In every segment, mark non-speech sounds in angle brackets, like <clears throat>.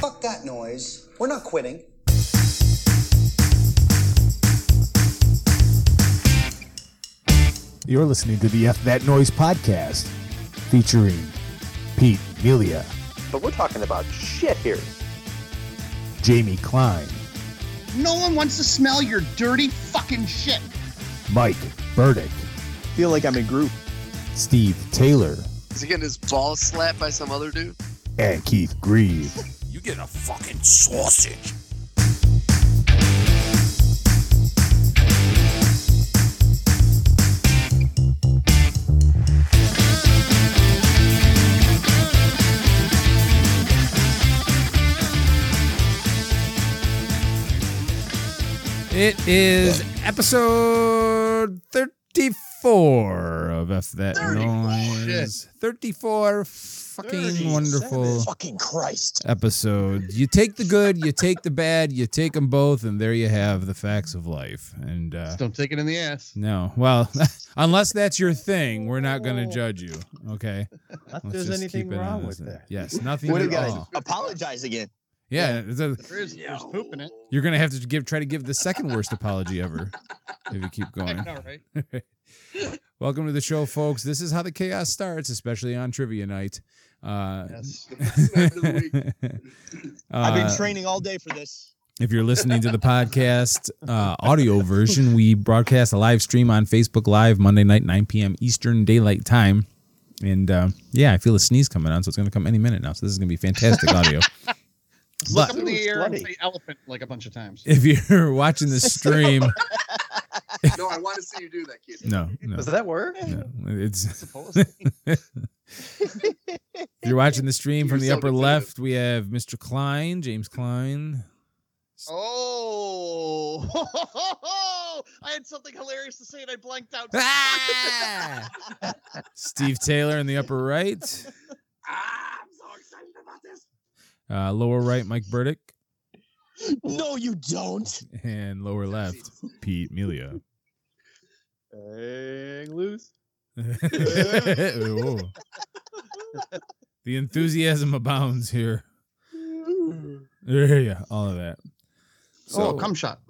Fuck that noise. We're not quitting. You're listening to the F That Noise podcast featuring Pete Melia, But we're talking about shit here. Jamie Klein, No one wants to smell your dirty fucking shit. Mike Burdick, feel like I'm in group. Steve Taylor, Is he getting his ball slapped by some other dude? and Keith Grieve. You get a fucking sausage. It is episode 34 of F That Noise. 34 fucking wonderful Fucking Christ. episodes. You take the good, you take the bad, you take them both, and there you have the facts of life. And uh, Just don't take it in the ass. no, well, <laughs> unless that's your thing, we're not going to judge you. Okay. Not that Let's there's just anything keep it wrong with honest. that. Yes, nothing What do you at guys all. apologize again? Yeah, it's a- There's, there's poop in it. you're gonna have to give try to give the second worst apology ever if you keep <laughs> I going. know, right? <laughs> Welcome to the show, folks. This is how the chaos starts, especially on trivia night. Uh, <laughs> Yes. I've been uh, training all day for this. If you're listening to the <laughs> podcast uh, audio version, we broadcast a live stream on Facebook Live Monday night, 9 p.m. Eastern Daylight Time. And uh, yeah, I feel a sneeze coming on, so it's going to come any minute now. So this is going to be fantastic audio. <laughs> But Look up in the air and Bloody. say elephant like a bunch of times. if you're watching the stream, <laughs> No, I want to see you do that, kid. <laughs> no, no, Does that work? no, it's. Supposedly. <laughs> If you're watching the <laughs> stream from You're the so upper definitive. left, we have Mr. Klein, James Klein. Oh, <laughs> I had something hilarious to say and I blanked out. <laughs> Ah! <laughs> Steve Taylor in the upper right. Ah, I'm so excited about this. Uh, lower right, Mike Burdick. No, you don't. And lower left, <laughs> Pete Melia. <laughs> Hang loose. <laughs> Whoa. the enthusiasm abounds here. Yeah, all of that. oh, come shot.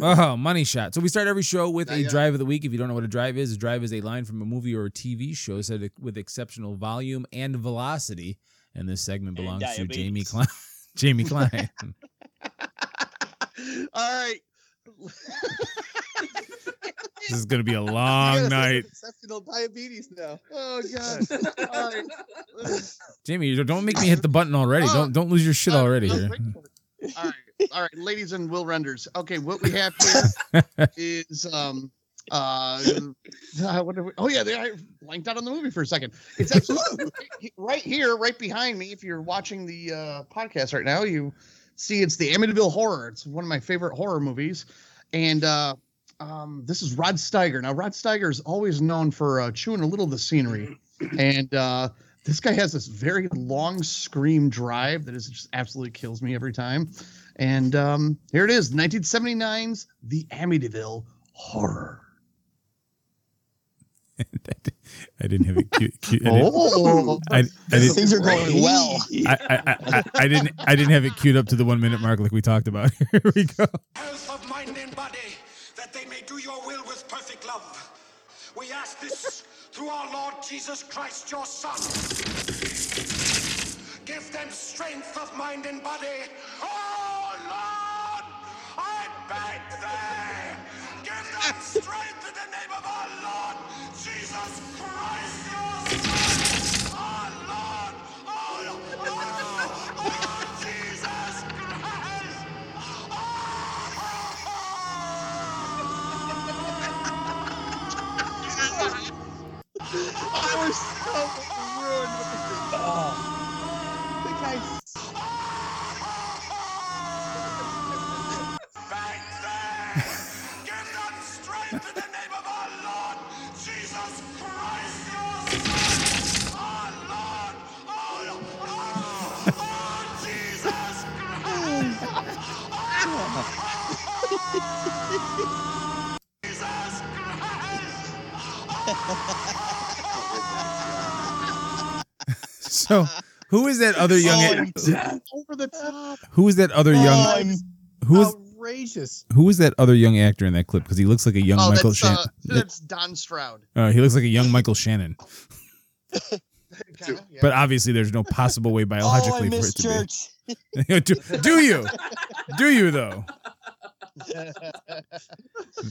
Oh, money shot. So we start every show with Yeah, a yeah. drive of the week. If you don't know what a drive is, a drive is a line from a movie or a TV show said with exceptional volume and velocity. And this segment And belongs to diabetes. Jamie Klein. <laughs> Jamie <laughs> Klein. All right. this is going to <laughs> be a long night. Exceptional diabetes now. Oh god. All right. Jamie, you don't make me hit the button already. Oh. Don't don't lose your shit Uh, already no, here. wait <laughs> for it. All right, all right, ladies and will renders. Okay, what we have <laughs> here is um uh, <laughs> uh what are we, oh yeah, they, I blanked out on the movie for a second. It's actually <laughs> right here, right behind me. If you're watching the uh, podcast right now, you see it's the Amityville Horror. It's one of my favorite horror movies, and uh, um, this is Rod Steiger. Now Rod Steiger is always known for uh, chewing a little of the scenery, and uh, this guy has this very long scream drive that is just absolutely kills me every time. And um, here it is 1979's The Amityville Horror. I didn't have it. Cute, cute. I didn't- <laughs> Oh, I, I didn't- Things are going well. I, I, I, I didn't I didn't have it queued up to the one minute mark like we talked about. <laughs> Here we go. Health of mind and body, that they may do your will with perfect love. We ask this through our Lord Jesus Christ, your Son. Give them strength of mind and body. Oh, Lord, I beg thee. Give them strength in the name of our Lord Jesus Christ, your Son. Our Lord, our Lord, our Jesus Christ. I was so Back there! Give them strength in the name of our Lord Jesus Christ, your Son! Our Lord! Our Lord! Our Jesus Christ! Jesus Christ! So who is that other young? Over <laughs> the top. Who is that other Oh, young? it's Who is outrageous. who is that other young actor in that clip? Because he looks like a young Oh, Michael that's, Shannon. uh, that's Don Stroud. Uh, he looks like a young Michael Shannon. Kinda, yeah. But obviously, there's no possible way Oh, biologically I for miss it to church. be. <laughs> do, do you? Do you though?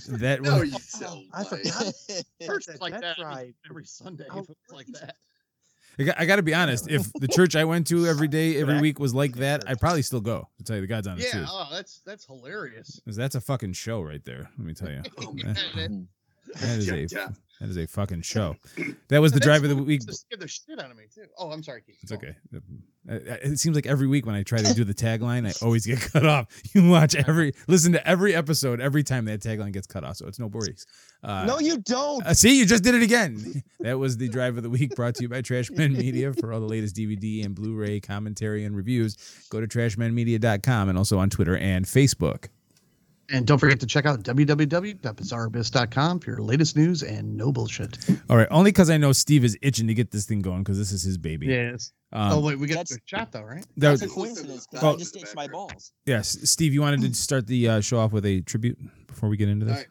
That No, was you don't. I <laughs> forgot. Church That- like that's that I mean, right. every Sunday. Oh, if it was like that. I got, I got to be honest. If the church I went to every day, every week was like that, I'd probably still go. To tell you the God's honest Yeah. truth, Oh, that's that's hilarious. 'Cause that's a fucking show right there. Let me tell you, Oh, <laughs> that that is a Yeah. that is a fucking show. That was the drive of <laughs> the week. Just scared the shit out of me too. Oh, I'm sorry, Keith. It's okay. I- I- It seems like every week when I try to do the tagline, I always get <laughs> cut off. You watch every, listen to every episode every time that tagline gets cut off, so it's no worries. Uh, No, you don't. uh, see, you just did it again. <laughs> That was the drive of the week brought to you by Trashman <laughs> Media for all the latest DVD and Blu ray commentary and reviews. Go to trashmanmedia.com and also on Twitter and Facebook. And don't forget to check out www.bizarreabyss.com for your latest news and no bullshit. All right, only because I know Steve is itching to get this thing going because this is his baby. Yes. Um, oh wait, we got a That's- shot though, right? that That's was, a coincidence. 'cause Well- I just itched my balls. yes, Steve, you wanted to start the uh, show off with a tribute before we get into this? All right.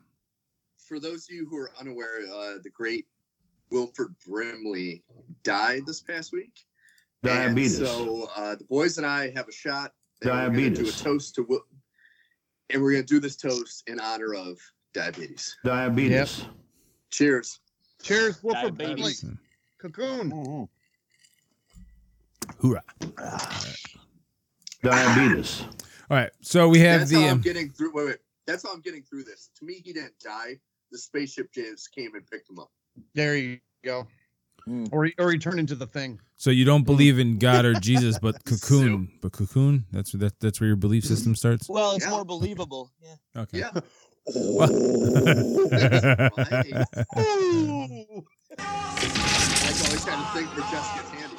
For those of you who are unaware, uh, the great Wilford Brimley died this past week. And Diabetes. so uh, the boys and I have a shot. and we're gonna Do a Diabetes. toast to, Wil- and we're gonna do this toast in honor of diabetes. Diabetes. Cheers. Cheers, Wolford Brimley. Diabetes. Cocoon. Hoorah. Diabetes. All right, so we have That's the. how I'm um, getting through. Wait, wait. That's how I'm getting through this. To me, he didn't die. The spaceship James came and picked him up. There you go. Hmm. Mm. Or he, or he turned into the thing. So you don't believe in God or Jesus, <laughs> but cocoon, but cocoon. That's where that, that's where your belief system starts. Well, it's Yeah. more believable. Yeah. Okay. Yeah. Well- Ooh. I've always had a thing for Jessica Tandy.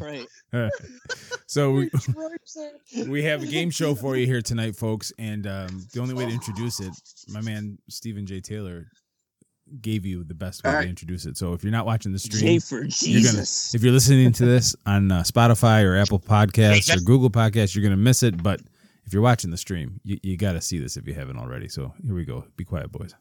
<laughs> right. <laughs> so we, we have a game show for you here tonight, folks, and um, the only way to introduce it, my man Stephen J. Taylor gave you the best way All to right. introduce it. So if you're not watching the J stream, for you're gonna- Jesus. if you're listening to <laughs> this on uh, Spotify or Apple Podcasts or Google Podcasts, you're gonna miss it. But if you're watching the stream, you, you got to see this if you haven't already. So here we go. Be quiet, boys.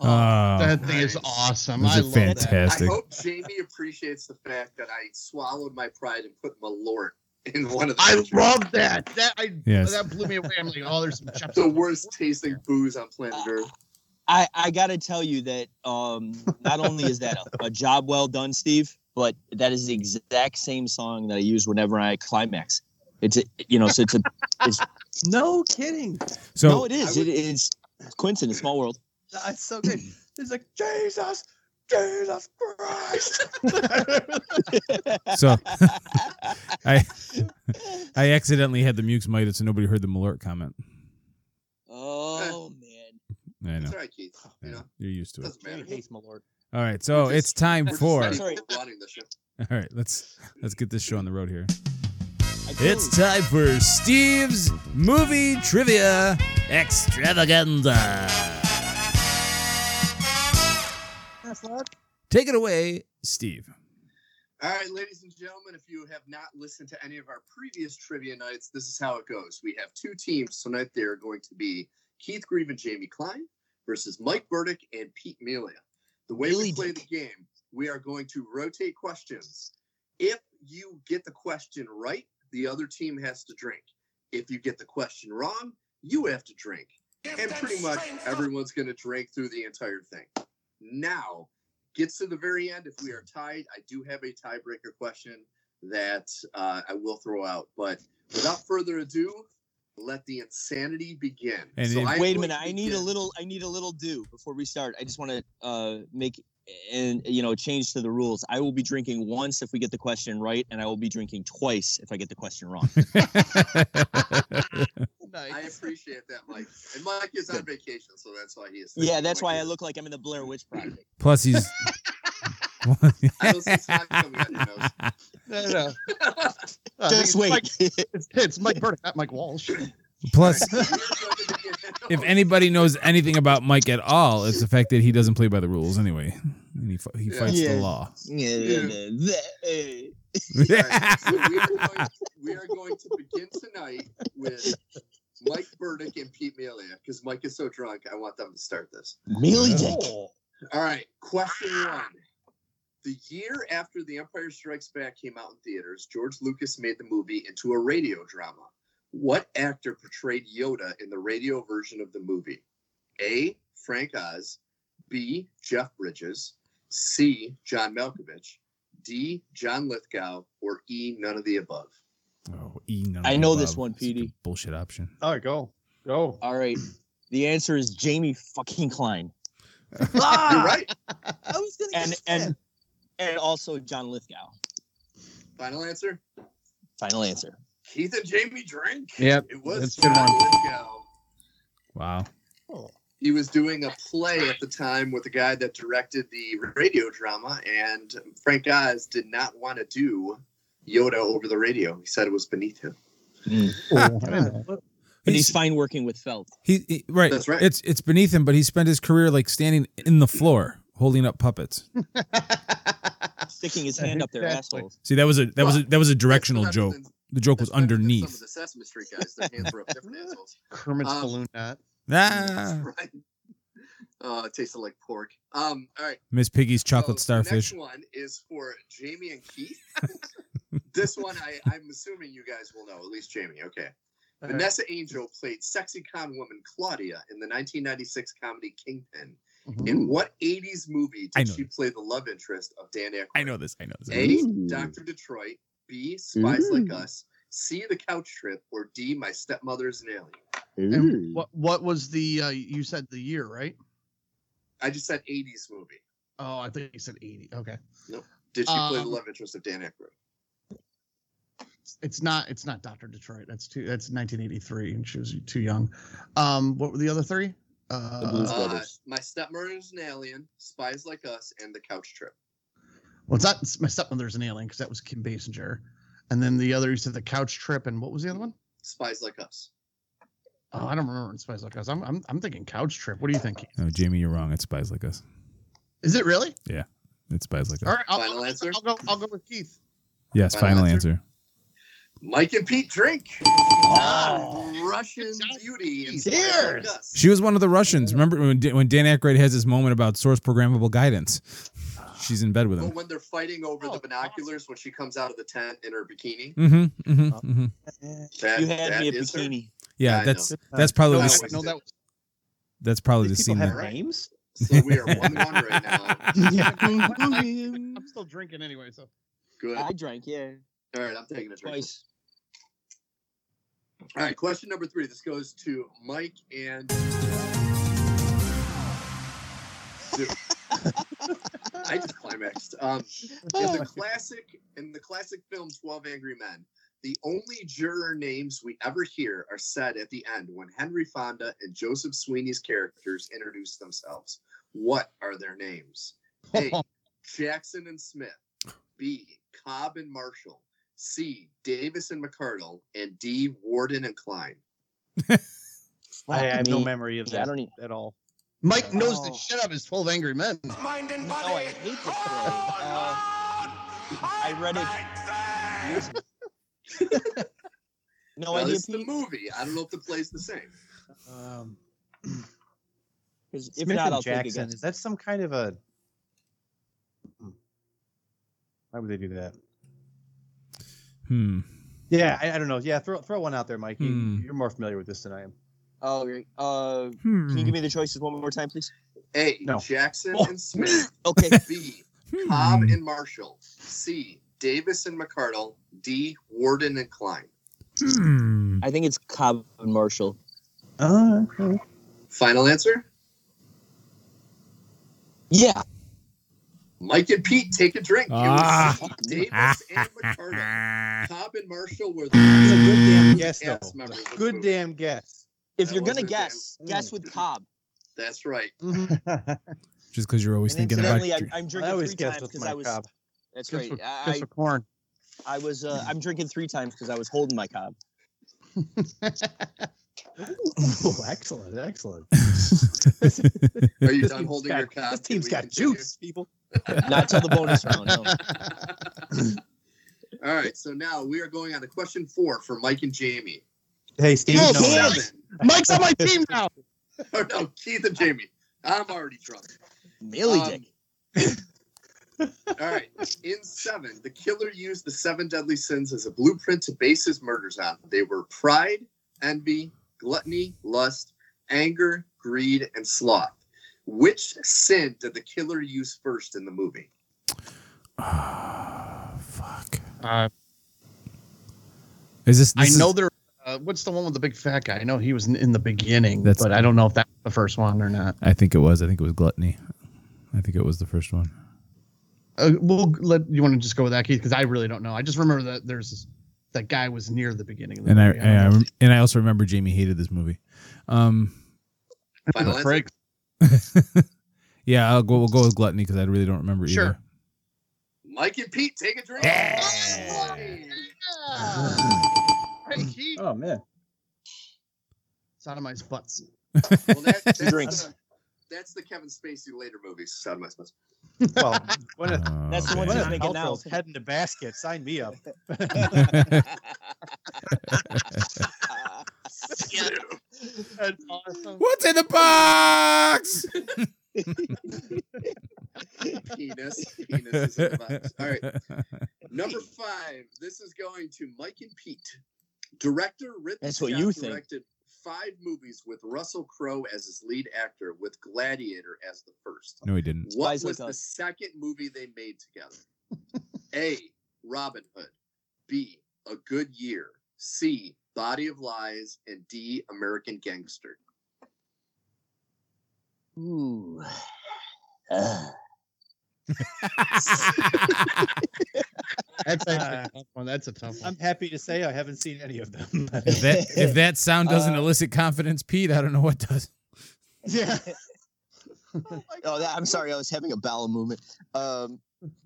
Uh, Oh, that thing is awesome. Those I are love that. I fantastic. hope Jamie appreciates the fact that I swallowed my pride and put Malort in one of the, I love that. That I Yes. that blew me away. I'm like, <laughs> oh, there's some chips. the worst tasting booze on planet Earth. I, I gotta tell you that um, not only is that <laughs> a, a job well done, Steve, but that is the exact same song that I use whenever I climax. It's a, you know, so it's a <laughs> it's No kidding. So <laughs> no, it is. I would- it, it's coincidence, small world. That's so <clears throat> good. Uh, It's like Jesus. Jesus <laughs> <laughs> Christ. So- I I accidentally had the mukes muted, so nobody heard the Malort comment. oh man. I know. It's all right, Keith. You know, You're used to it. doesn't matter. hates my lord. All right, so We're just- it's time We're for. <laughs> just All sorry. running the show. right, let's let's get this show on the road here. I It's closed. time for Steve's movie trivia extravaganza. Take it away, Steve. All right, ladies and gentlemen, if you have not listened to any of our previous trivia nights, this is how it goes. We have two teams tonight. They are going to be Keith Grieve and Jamie Klein versus Mike Burdick and Pete Melia. The way we Really? play the game, we are going to rotate questions. If you get the question right, the other team has to drink. If you get the question wrong, you have to drink. Give And them pretty much strength of everyone's going to drink through the entire thing. Now, gets to the very end. If we are tied, I do have a tiebreaker question that uh, I will throw out. But without further ado, let the insanity begin. And if- I am Wait a going minute. to I need a begin- little. I need a little do before we start. I just want to uh, make and you know change to the rules. I will be drinking once if we get the question right, and I will be drinking twice if I get the question <laughs> wrong. I Nice. appreciate that, Mike. And Mike is on vacation, so that's why he is. yeah, that's why I look like I'm in the Blair Witch Project. <laughs> Plus, he's. I don't see snot coming out your nose. No, no. I think <laughs> Just <laughs> it's wait. Mike, <laughs> it's, it's Mike Burdick, not <laughs> Mike Walsh. Plus, You're going to Oh, begin. <laughs> if anybody knows anything about Mike at all, it's the fact that he doesn't play by the rules anyway. And he, fi- he Yeah. fights Yeah. the law. Yeah. All right, so we, are going, we are going to begin tonight with Mike Burdick and Pete Melia because Mike is so drunk. I want them to start this. Mealy uh, dick. All right, question one. The year after The Empire Strikes Back came out in theaters, George Lucas made the movie into a radio drama. What actor portrayed Yoda in the radio version of the movie? A. Frank Oz, B. Jeff Bridges, C. John Malkovich, D. John Lithgow, or E. None of the above. <laughs> Oh, E, none of I the know this above. one, Oh. It's such a PD. Bullshit option. All right, go. Go. All right. The answer is Jamie fucking Klein. You're right. I was gonna And and and also John Lithgow. Final answer. Final answer. Keith and Jamie drink. Yep. It was That's a good John one. Lithgow. Wow. he was doing a play at the time with the guy that directed the radio drama, and Frank Oz did not want to do Yoda over the radio. He said it was beneath him. But Hmm. he's fine working with Felt. He, he- right. That's right. It's it's beneath him, but he spent his career like standing in the floor holding up puppets. Sticking his hand up their Exactly. assholes. See, that was a that was a that was a directional That's better joke. than- The joke was that's better than Some underneath. of the Sesame Street guys, their hands were up different <laughs> assholes. Kermit's Um, balloon knot. Ah, <laughs> Right. Oh, it tasted like pork. Um, all right. Miss Piggy's chocolate So the starfish. Next one is for Jamie and Keith. <laughs> this one, I, I'm assuming you guys will know, at least Jamie. Okay. All Uh-huh. right. Vanessa Angel played sexy con woman Claudia in the 1996 comedy Kingpin. Mm-hmm. In what 80s movie I did know she this. play the love interest of Dan Aykroyd? I know this. I know this. Mm. A. Dr. Detroit. B. Spies Like Us. C. The Couch Trip. Or D. My Stepmother's an Alien. And what what was the uh, you said the year, right? I just said 80s movie. Oh, I think you said 80. Okay. Did she play the Um, love interest of Dan Aykroyd? It's not it's not Dr. Detroit. That's too that's 1983 and she was too young. Um what were the other three? Blues Uh, Brothers. Uh, my Stepmother's an Alien. Spies Like Us. And The Couch Trip. well, it's not it's my stepmother's an alien because that was Kim Basinger. And then the other you said the couch trip and what was the other one? Spies Like Us. Oh, I don't remember in Spice Like Us. I'm, I'm I'm thinking couch trip. What do you think? No, Oh, Jamie, you're wrong. It's spies like us. Is <laughs> it really? It's spies like us. All right, I'll, Final I'll- answer? I'll go I'll go with Keith. Yes, Final final, answer? answer. Mike and Pete drink. Oh. Russian Good beauty. and Pete. Spies Like Cheers. Us. She was one of the Russians. Remember when, Dan- when Dan Aykroyd has his moment about source programmable guidance? She's in bed with But him. when they're fighting over the Oh, awesome. binoculars when she comes out of the tent in her bikini. Mm-hmm, hmm hmm That, you had that me a is her. bikini. Yeah, Yeah, I that's that's probably No, the, I s- was- know that was that's probably the These scene people that have Names? So we are one one right <laughs> now. <laughs> <laughs> I'm still drinking anyway, so Good. I drank, yeah. All right, I'm taking a drink. Twice. All right, question number three. This goes to Mike and. Dude. I just climaxed. Um, in the classic, in the classic film Twelve Angry Men, the only juror names we ever hear are said at the end when Henry Fonda and Joseph Sweeney's characters introduce themselves. What are their names? A. Jackson and Smith. B. Cobb and Marshall. C. Davis and McCardle. And D. Warden and Klein. I have no mean, memory of yeah, I that don't e- at all. Mike knows the Oh. shit out of his 12 angry men. mind and No, Oh, I body. hate this Oh, play. Uh, Lord, I read it. years ago. no Now, idea, this is the Pete. movie. I don't know if the play's the same. Um, 'Cause If Smith not, and I'll take Jackson. again. Is that some kind of a? hmm. Why would they do that? Hmm. Yeah, I, I don't know. Yeah, throw throw one out there, Mike. You, Hmm. You're more familiar with this than I am. Oh, great. Uh, can you Hmm. give me the choices one more time, please? A. No. Jackson Oh. and Smith. <laughs> Okay. B. <laughs> Hmm. Cobb and Marshall. C. Davis and McCardle. D. Warden and Klein. Hmm. I think it's Cobb and Marshall. Uh, Final answer. Yeah. Mike and Pete take a drink. It was Ah. C. Davis and McCardle. Cobb and Marshall were it's a the good damn guess, though. cast members. of the Good movie. damn guess. If That you're gonna wasn't guess, damn- guess with Cobb. That's right. Just because you're always And thinking about. Incidentally, <laughs> I'm, I'm I drinking always three guessed times with because my I was. cob. That's Guess right. with- I, Guess for <laughs> <laughs> corn. I was. Uh, I'm drinking three times because I was holding my cob. Oh, excellent, excellent. Are you This done team's holding got- your cock? This Can team's we got continue? juice, <laughs> people. Not till the bonus round. No. All right. So now we are going on to question four for Mike and Jamie. Hey, Steve. Oh, no, damn no. it. Mike's on my team <laughs> now. Or Oh, no, Keith and Jamie. I'm already drunk. Millie Um, Dick. All right. In seven, the killer used the seven deadly sins as a blueprint to base his murders on. They were pride, envy, gluttony, lust, anger, greed, and sloth. Which sin did the killer use first in the movie? Ah, <laughs> fuck. Uh, Is this? I this know Is, there. Uh, what's the one with the big fat guy? I know he was in, in the beginning, That's- but I don't know if that's the first one or not. I think it was. I think it was gluttony. I think it was the first one. Uh, we'll let you want to just go with that, Keith, because I really don't know. I just remember that there's this, that guy was near the beginning. Of the And I, movie. don't know. and I and I also remember Jamie hated this movie. Um. <laughs> Oh, Final answer. <laughs> Frank. Yeah, I'll go. We'll go with gluttony because I really don't remember either. Sure. Mike and Pete, take a drink. Hey, Keith. Oh man. Sodomized butts. Well, that, that's, Drinks. the, that's the Kevin Spacey later movies. Sodomized Butts. Well, when a, Oh, That's the one when What's a <laughs> man. his name? making now? Paltrow's head in the basket, sign me up. That's awesome. What's in the box? Penis. Penis is in the box. All right. Number five. This is going to Mike and Pete. Director Ridley That's what Scott you think. directed five movies with Russell Crowe as his lead actor, with Gladiator as the first. <laughs> No, <laughs> he didn't. What Spies was Like the Us. second movie they made together? A. Robin Hood. B. A Good Year. C. Body of Lies. And D. American Gangster. Ooh. <sighs> Uh, That's actually a tough one. <laughs> That's a tough one. I'm happy to say I haven't seen any of them. If that if that sound doesn't Uh, elicit confidence, Pete, I don't know what does. yeah. oh, that, I'm sorry. I was having a bowel movement. Um, <laughs>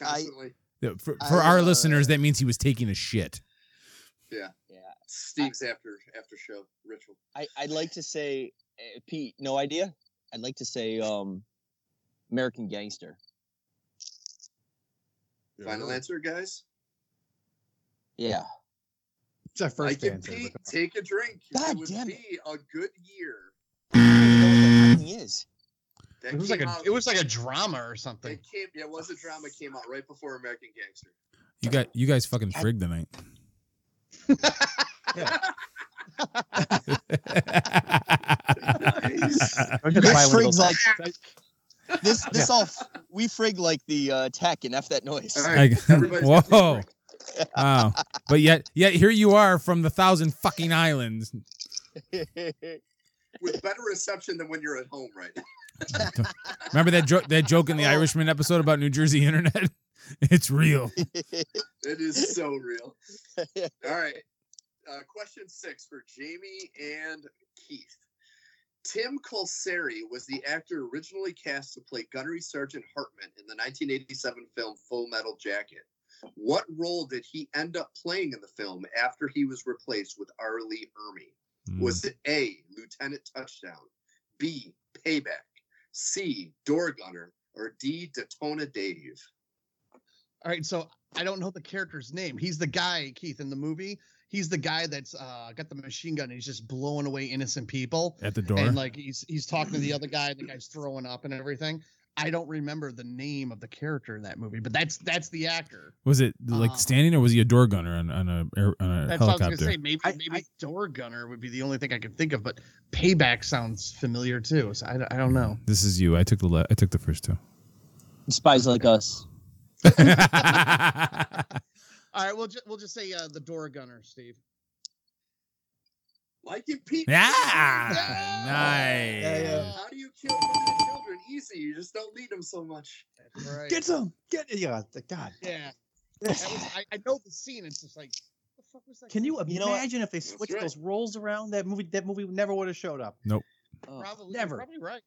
Constantly. For, for I, our uh, listeners, that means he was taking a shit. Steve's after after show ritual. I, I'd like to say, uh, Pete, no idea. I'd like to say um, American Gangster. Final answer, guys. Yeah. It's our I first can answer. Pete, take a drink. God it was damn it. be a good year. I don't even know <laughs> what that fucking is. That It was like came a out- it was like a drama or something. It came. It was a drama. Came out right before American Gangster. You got you guys fucking frigged <laughs> tonight. I'm We just buy one frigged of those. like <laughs> this. This all f- we frigged like the uh, tech and f that noise. All I- right, everybody's got their whoa. drink. Wow. Oh, But yet yet here you are from the thousand fucking islands. <laughs> with better reception than when you're at home right now. Remember that joke that joke in the Oh. Irishman episode about New Jersey internet? <laughs> It's real. It is so real. All right. Uh, question six for Jamie and Keith. Tim Colseri was the actor originally cast to play Gunnery Sergeant Hartman in the 1987 film Full Metal Jacket. What role did he end up playing in the film after he was replaced with Arlie Ermy? Mm. Hmm. Was it A, Lieutenant Touchdown, B, Payback, C, Door Gunner, or D, Daytona Dave? All right, so I don't know the character's name. He's the guy, Keith, in the movie. He's the guy that's uh, got the machine gun and he's just blowing away innocent people. At the door. And like he's he's talking to the other guy and the guy's throwing up and everything. I don't remember the name of the character in that movie, but that's that's the actor. was it like Uh, standing or was he a door gunner on, on a air, on a That's what I was helicopter? gonna say. Maybe maybe door gunner would be the only thing I could think of, but payback sounds familiar too. So I, don't- I don't know. This is you. I took the le- I took the first <laughs> two. <laughs> Spies like us. All right, we'll ju- we'll just say uh, the door gunner, Steve. Like in Pete. Yeah, nice. How do you kill women and children? Easy. You just don't need them so much. Right. Get some. Get yeah. the- God. Yeah. That was, I, I know the scene. It's just like, what the fuck was that? Can you You know what? imagine if they switched right. <laughs> those roles around? That movie. That movie never would have showed up. Oh. Probably, Never. Probably right.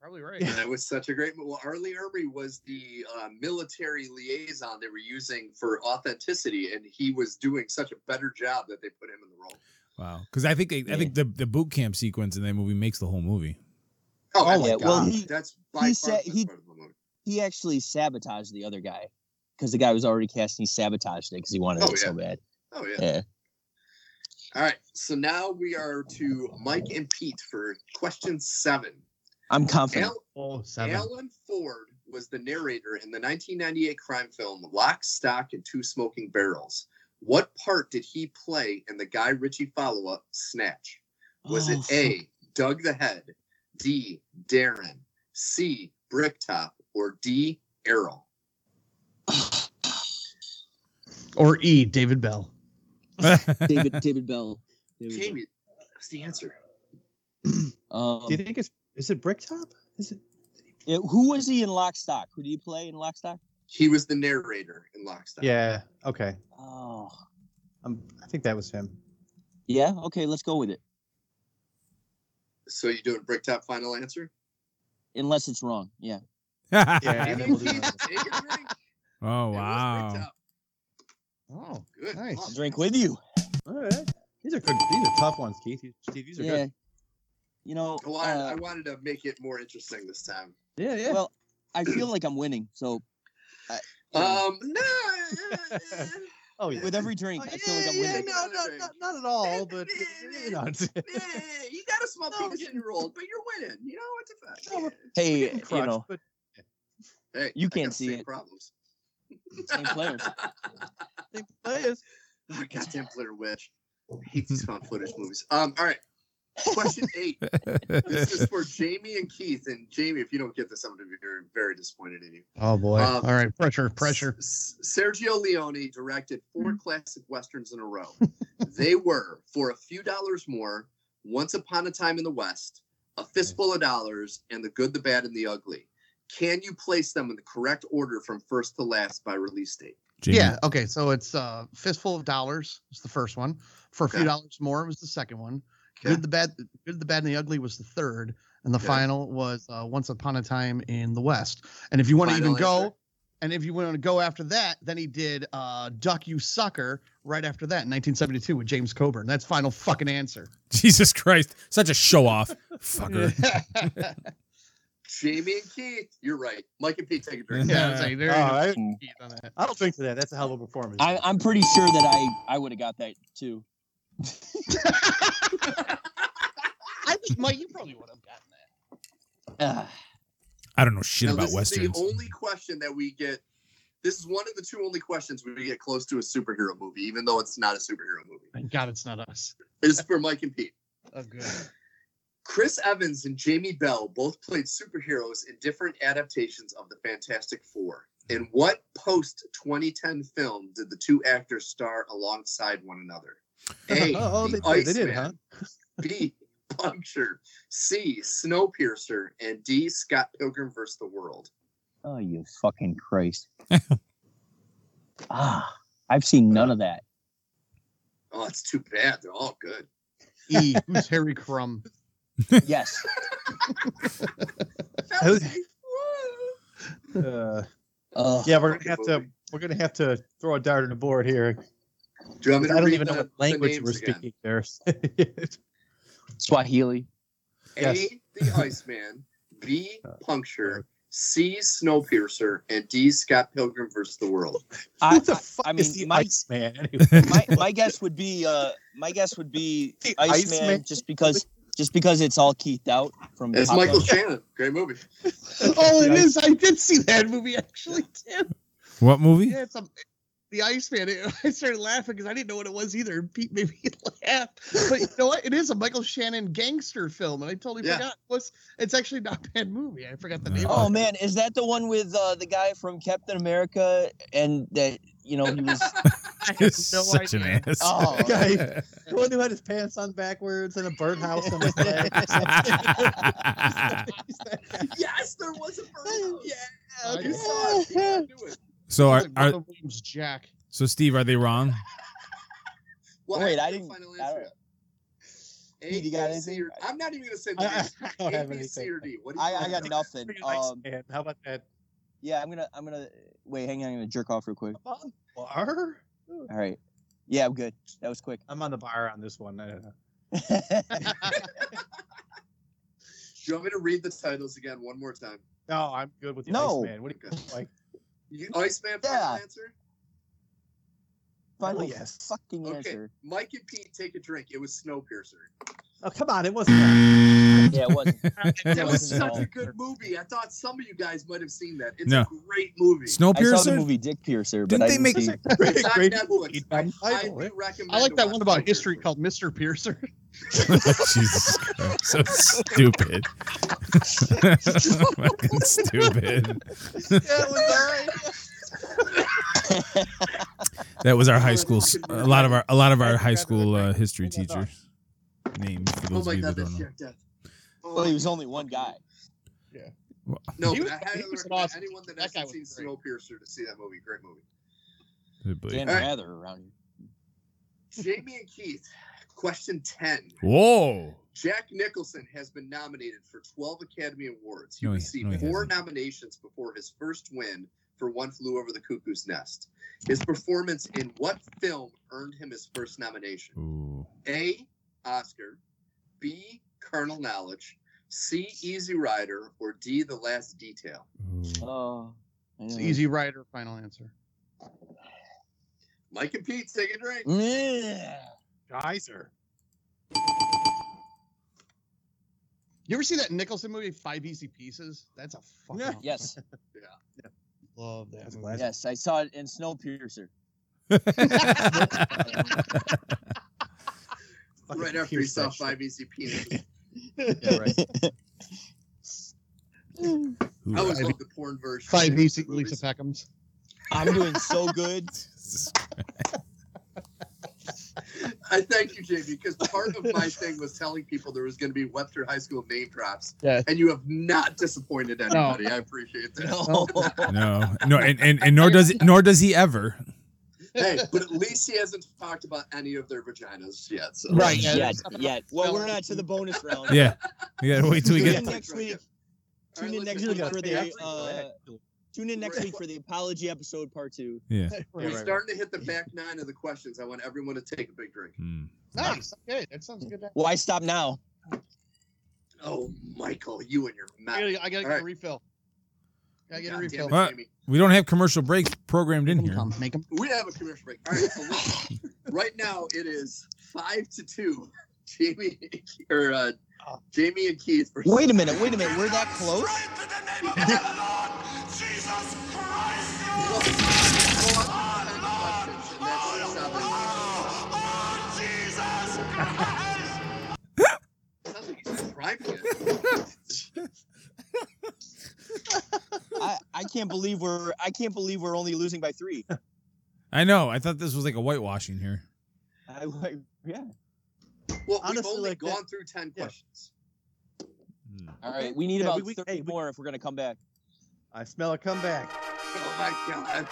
Probably right. That was such a great. Well, Arlie Ermy was the uh, military liaison they were using for authenticity, and he was doing such a better job that they put him in the role. Wow, because I think I think the, the boot camp sequence in that movie makes the whole movie. Oh, Oh, my yeah, God. well, he- that's by he far said- the best he- part of the movie. He actually sabotaged the other guy because the guy was already cast. And he sabotaged it because he wanted Oh, it so bad. Oh yeah. Yeah. All right. So now we are to Mike and Pete for question seven. I'm confident. Al- Oh, seven. Alan Ford was the narrator in the 1998 crime film Lock, Stock, and Two Smoking Barrels. What part did he play in the Guy Ritchie follow up Snatch? Was Oh, it A, Doug the Head, D, Darren, C, Bricktop, or D, Errol? Or E, David Bell. <laughs> David David Bell. David Bell. Jamie, that's the answer. Um, Do you think it's is it Bricktop? Is it? yeah, who was he in Lock, Stock? Who do you play in Lock, Stock? He was the narrator in Lock, Stock. Yeah. Okay. Oh, Um, I think that was him. yeah. Okay, let's go with it. So you doing Bricktop final answer? Unless it's wrong. Yeah. Yeah, Take then it, we'll do Pete. that. Take it, Rick. <laughs> Oh It was wow. Bricktop. Oh, Good. Nice. call. I'll drink with you. All right. These are good. These are tough ones, Keith. You- Steve, these are Yeah. good. You know. Well, I, I uh, wanted to make it more interesting this time. Yeah, yeah. well, I feel like I'm winning. So Um, no. eh, eh, eh. oh yeah. with every drink, <laughs> I feel like I'm yeah, winning. no, no, no, not at all. But you know, it's- <laughs> Eh, you got a small No, penis in your old, but you're winning. You know what the fact. No, Hey, crutch, you know, but Hey, You I got can't the see same it. Problems. <laughs> same players. they play us. Oh, <laughs> goddamn Blair Witch. I hate these found footage movies. Um, all right. Question eight. <laughs> This is for Jamie and Keith. And Jamie, if you don't get this, I'm gonna be very, very disappointed in you. Oh boy. Uh, Um, All right, pressure, pressure. Mm-hmm. S- S- Sergio Leone directed four classic westerns in a <laughs> row. they were for a few dollars more, Once Upon a Time in the West, A Fistful of Dollars, and The Good, the Bad, and the Ugly. Can you place them in the correct order from first to last by release date? Jamie, <laughs> Yeah. Okay. So it's uh, fistful of dollars was the first one. For a few Okay. dollars more was the second one. Okay. Good, the bad, good, the bad, and the ugly was the third, and the Okay. final was uh, Once Upon a Time in the West. And if you want to even Final go, answer. and if you want to go after that, then he did uh, Duck You Sucker right after that in 1972 with James Coburn. That's final fucking answer. Jesus Christ, such a show off, fucker. Jamie and Keith, you're right. Mike and Pete, take a drink. <laughs> yeah. I was like, there Oh, you I, go, Keith, on that. I don't drink to that. That's a hell of a performance. I, I'm pretty sure that I I would have got that too. I think Mike, you probably would have gotten that. Ah, I don't know shit Now, about this westerns. Is the only question that we get. This is one of the two only questions we get close to a superhero movie, even though it's not a superhero movie. Thank God it's not us. It's for Mike and Pete. Oh, good. Chris Evans and Jamie Bell both played superheroes in different adaptations of the Fantastic Four. In what post 2010 film did the two actors star alongside one another? A. <laughs> oh, the they, did- they did, Iceman. huh? B. Puncture. C. Snowpiercer. And D. Scott Pilgrim vs. the World. oh, you fucking Christ! ah, I've seen none of that. Oh, it's too bad. They're all good. E, who's Harry <laughs> Crumb? Yes, Uh, uh, yeah, we're gonna have to we're gonna have to throw a dart in the board here. Do you want me to I don't read even know the- what the language names we're again? speaking there. Swahili. <laughs> Uh, A. The Iceman. B. Puncture. C. Snowpiercer, and D. Scott Pilgrim versus the <laughs> World. I, the fuck I mean, is the my- Iceman? my, my guess would be uh my guess would be The Iceman, Iceman. just because just because it's all Keith out from It's Top Michael Gun. Shannon. Great movie. Oh, it is. I did see that movie actually. Tim. What movie? <laughs> Yeah, it's a, the Iceman. It, <laughs> I started laughing because I didn't know what it was either. and Pete made <laughs> me laugh. But you know what? It is a Michael Shannon gangster film, and I totally Yeah. forgot. What's it's actually not a bad movie. I forgot the name. Oh of it. man, is that the one with uh, the guy from Captain America and that you know <laughs> he was I <laughs> have You're no Such idea. an ass. <laughs> Oh. Guy- The one who had his pants on backwards and a birdhouse on his <laughs> leg. <laughs> Yes, there was <laughs> a bird. Yeah, I you know. saw it. You saw it. Do it. <laughs> so are, It's like are Robin Williams Jack. so Steve? Are they <laughs> wrong? Well, Wait, I have no didn't- Final I answer don't- yet. Pete, you got A, B, C, anything? or- I'm not even gonna say the I, names. I A, don't have B, C, anything. or D. What do you I, I want? <laughs> got nothing. Pretty Um, Iceman. How about that? yeah, I'm gonna I'm gonna wait. Hang on, I'm gonna jerk off real quick. Oh, Bar? All right. Yeah, I'm good. That <laughs> was quick. I'm on the bar on this one. I don't know. Do you want me to read the titles again one more time? No, I'm good with the <laughs> No. Iceman. What do you like? You, Iceman final Yeah. answer? Final yes. fucking Okay. answer. Mike and Pete take a drink. It was Snowpiercer. <laughs> Oh, come on. It wasn't. that. Yeah, it wasn't. That was wasn't <laughs> such all. a good movie. I thought some of you guys might have seen that. It's No. a great movie. I saw the Snowpiercer. movie Dick Piercer, but Didn't I they didn't make- see- Great, It's on great. Netflix. I, I Bible, eh? do recommend. I like to that watch one about Snowpiercer. history called Mr. Piercer. <laughs> Jesus Christ, so stupid. <laughs> Fucking stupid. that was our high school. A lot of our a lot of our high school uh, history teachers' names. For Oh those my of you god, that that's don't know. jacked up. Oh, Well, he was only one guy. no, but he was- I highly he was recommend awesome. anyone that, That guy hasn't was seen great. Snowpiercer to see that movie. Great movie. Good boy. Dan All right. Rather around you. Jamie and Keith, question 10. Whoa. Jack Nicholson has been nominated for 12 Academy Awards. He No, he- received no, he 4 hasn't. nominations before his first win for One Flew Over the Cuckoo's Nest. His performance in what film earned him his first nomination? Ooh. A. Oscar, B. Colonel Knowledge, C. Easy Rider, or D. The Last Detail. Ooh. Oh, I know. It's Easy Rider. Final answer. Mike and Pete, take a drink. Yeah. Geyser. You ever see that Nicholson movie Five Easy Pieces? That's a fucking. Yeah. awesome- Yes. Love that. movie. Yes, I saw it in Snowpiercer. Fucking right after he pierce saw that shit. Five Easy Pieces. <laughs> Yeah, right. Ooh. I always love the porn version. Five Easy movies. Lisa Peckham's. I'm doing so good. I thank you, JB, because part of my thing was telling people there was going to be Webster High School name drops, Yeah. and you have not disappointed anybody. I appreciate that. No. No, no, and, and, and nor does nor does he ever. Hey, but at least he hasn't talked about any of their vaginas yet. So Right, yeah. Yet. Yet. Well, we're not to the bonus round. Yeah, we gotta wait till we Tune get. <laughs> in next week. All right, Tune in let's next go week back for to the Patrick. uh, tune in next week for the apology episode part two. Yeah. We're right, right. starting to hit the back nine of the questions. I want everyone to take a big drink. Hmm. Nice. Okay, that sounds good. Why stop now? Oh, Michael, you and your mouth. I gotta, I gotta All get right. a refill. Gotta get a God damn refill. it, Huh? Jamie. We don't have commercial breaks programmed in here. Make 'em. We have a commercial break. All right, so listen, right now it is five to two. Jamie or uh, Jamie and Keith. versus- Wait a minute. Wait a minute. We're that close? Straight to the name of our Lord, Jesus Christ, you Well, it's ten questions, and that's seven. Oh, Jesus Christ! Sounds like he's describing it. I, I can't believe we're I can't believe we're only losing <laughs> by three. I know. I thought this was like a whitewashing here. I, I- yeah. Well, we've Honestly, only like gone that- through ten yeah. questions. All right. We need Yeah, about we- we- thirty hey, we- more if we're gonna come back. I smell a comeback. Oh my god!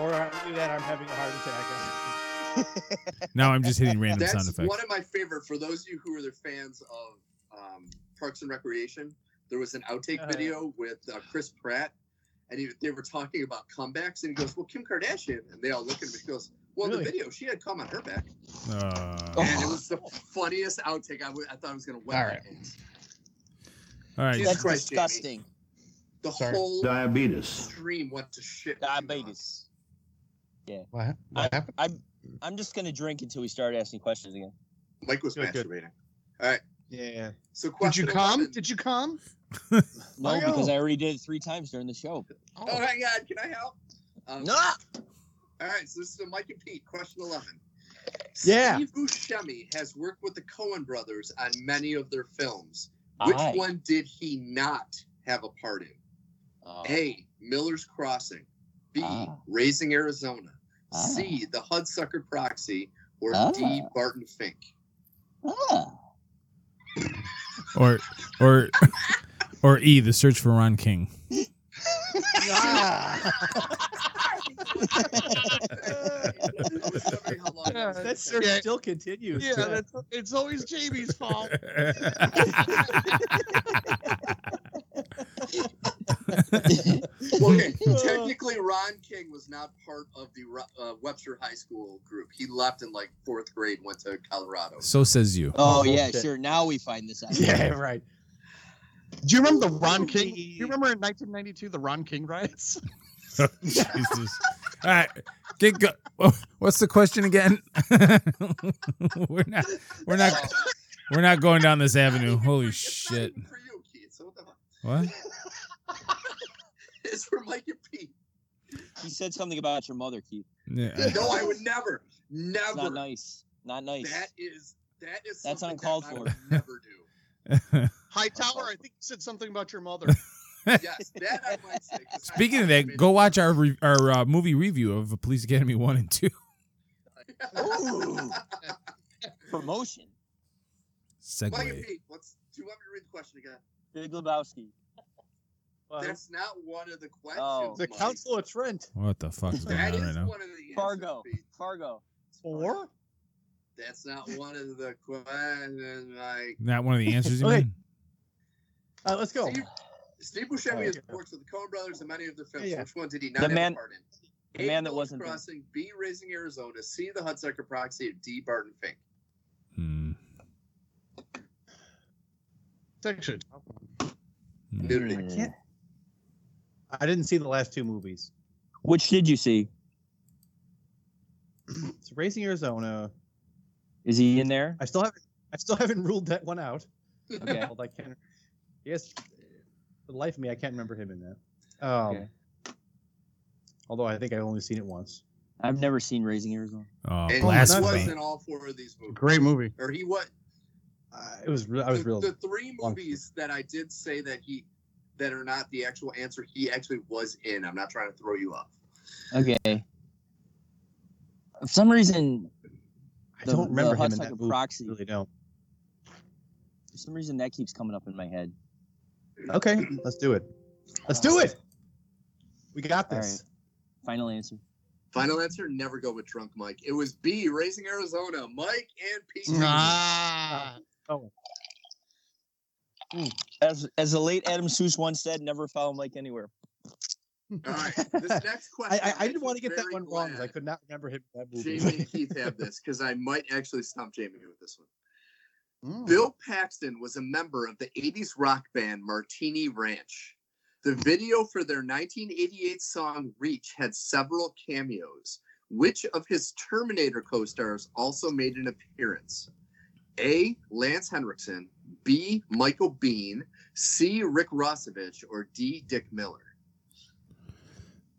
Or I do that, I'm having a heart attack. Now I'm just hitting random sound That's effects. one of my favorite. For those of you who are the fans of um, Parks and Recreation, there was an outtake Uh. video with uh, Chris Pratt, and he, they were talking about comebacks, and he goes, "Well, Kim Kardashian," and they all look at him. and He goes, "Well, in the Really? video, she had come on her <sighs> back," Uh, and it was the funniest outtake. I, w- I thought I was gonna wet All my right. pants. all right. Jesus That's Christ, Jamie. disgusting. The Sorry. whole Diabetes. stream went to shit. Diabetes. Yeah. What, I, I'm I'm just gonna drink until we start asking questions again. Mike was Good, good. masturbating. All right. Yeah. So Did you question come? 11. Did you come? No, Mario. because I already did it three times during the show. Oh my God! Can I help? Um, No. All right, so this is a Mike and Pete question eleven. Yeah. Steve Buscemi has worked with the Coen Brothers on many of their films. Which Aye. one did he not have a part in? Oh. A. Miller's Crossing. B. Ah. Raising Arizona. Ah. C. The Hudsucker Proxy. Or D. Ah. Barton Fink. <laughs> Ah. or or or E, the search for Ron King. Sorry, how long that was. That search Yeah. still continues. Yeah, that's, it's always Jamie's fault. okay, technically <laughs> Ron King was not part of the uh, Webster High School group. He left in like fourth grade, went to Colorado. so says <laughs> you. <laughs> Oh, Oh, yeah, shit. sure. Now we find this out. yeah, right. Do you remember the Ron King? Do you remember in 1992 the Ron King riots? Jesus. All right. Get go- What's the question again? <laughs> we're not we're not we're not going down this avenue. Not even Holy for- it's not shit. even for you, Keith. So what the fuck? <laughs> What? It's for Mike and <laughs> Pete. He said something about your mother, Keith. Yeah. <laughs> No, I would never, It's never. not nice. Not nice. That is that is That's something uncalled that I for. would Never <laughs> do. Hightower, I think you said something about <laughs> your mother. Yes, that I might say. 'cause I- Speaking of I that, admit- go watch our re- our uh, movie review of Police Academy 1 and 2. <laughs> Ooh. Promotion. Mike and Segue. Pete, what's? Do you want me to read the question again? Big Lebowski. That's not one of the questions. Uh-huh. Oh. The Mike. Council of Trent. What the fuck is going That on is right now? one of the answers, Fargo. Pete. Fargo. Four? That's not one of the questions. Like Not one of <laughs> the answers you Okay. mean? Uh, let's go. Steve, Steve Buscemi has Oh, yeah. worked with the Coen Brothers in many of their films. Yeah, yeah. Which one did he not The have man- a part in? the A, man that Miller's wasn't there. Crossing. B. Raising Arizona. C. The Hudsucker Proxy. Or D. Barton Fink. Hmm. It's actually a tough one. Hmm. Nudity. can't- I didn't see the last two movies. Which did you see? It's Racing Arizona. Is he in there? I still haven't. I still haven't ruled that one out. Okay. Although I can't. Yes, for the life of me, I can't remember him in that. Um, Okay. Although I think I've only seen it once. I've never seen Raising Arizona. Oh, And he was blasphemy. in all four of these movies. Great movie. Or he was. Uh, it was. Re- I was the, real. the three long- movies that I did say that he that are not the actual answer. He actually was in. I'm not trying to throw you off. Okay. For some reason, I the- don't the remember him in Hudsucker that movie. Proxy. Really don't. for some reason, that keeps coming up in my head. Okay, let's do it. Let's do it. We got All this. Final answer. Final answer: Never go with drunk Mike. It was B. Raising Arizona. Mike and Pete. Ah, As as the late Adam Seuss once said, "Never follow Mike anywhere." All right. <laughs> This next question. I, I, I didn't I'm want to get that very one wrong. 'cause I glad could not remember him in that movie. <laughs> Jamie and Keith have this because I might actually stump Jamie with this one. Hmm. Mm. Bill Paxton was a member of the 80s rock band Martini Ranch. The video for their 1988 song Reach had several cameos. Which of his Terminator co stars also made an appearance? A. Lance Henriksen, B. Michael Bean, C. Rick Rossovich, or D. Dick Miller?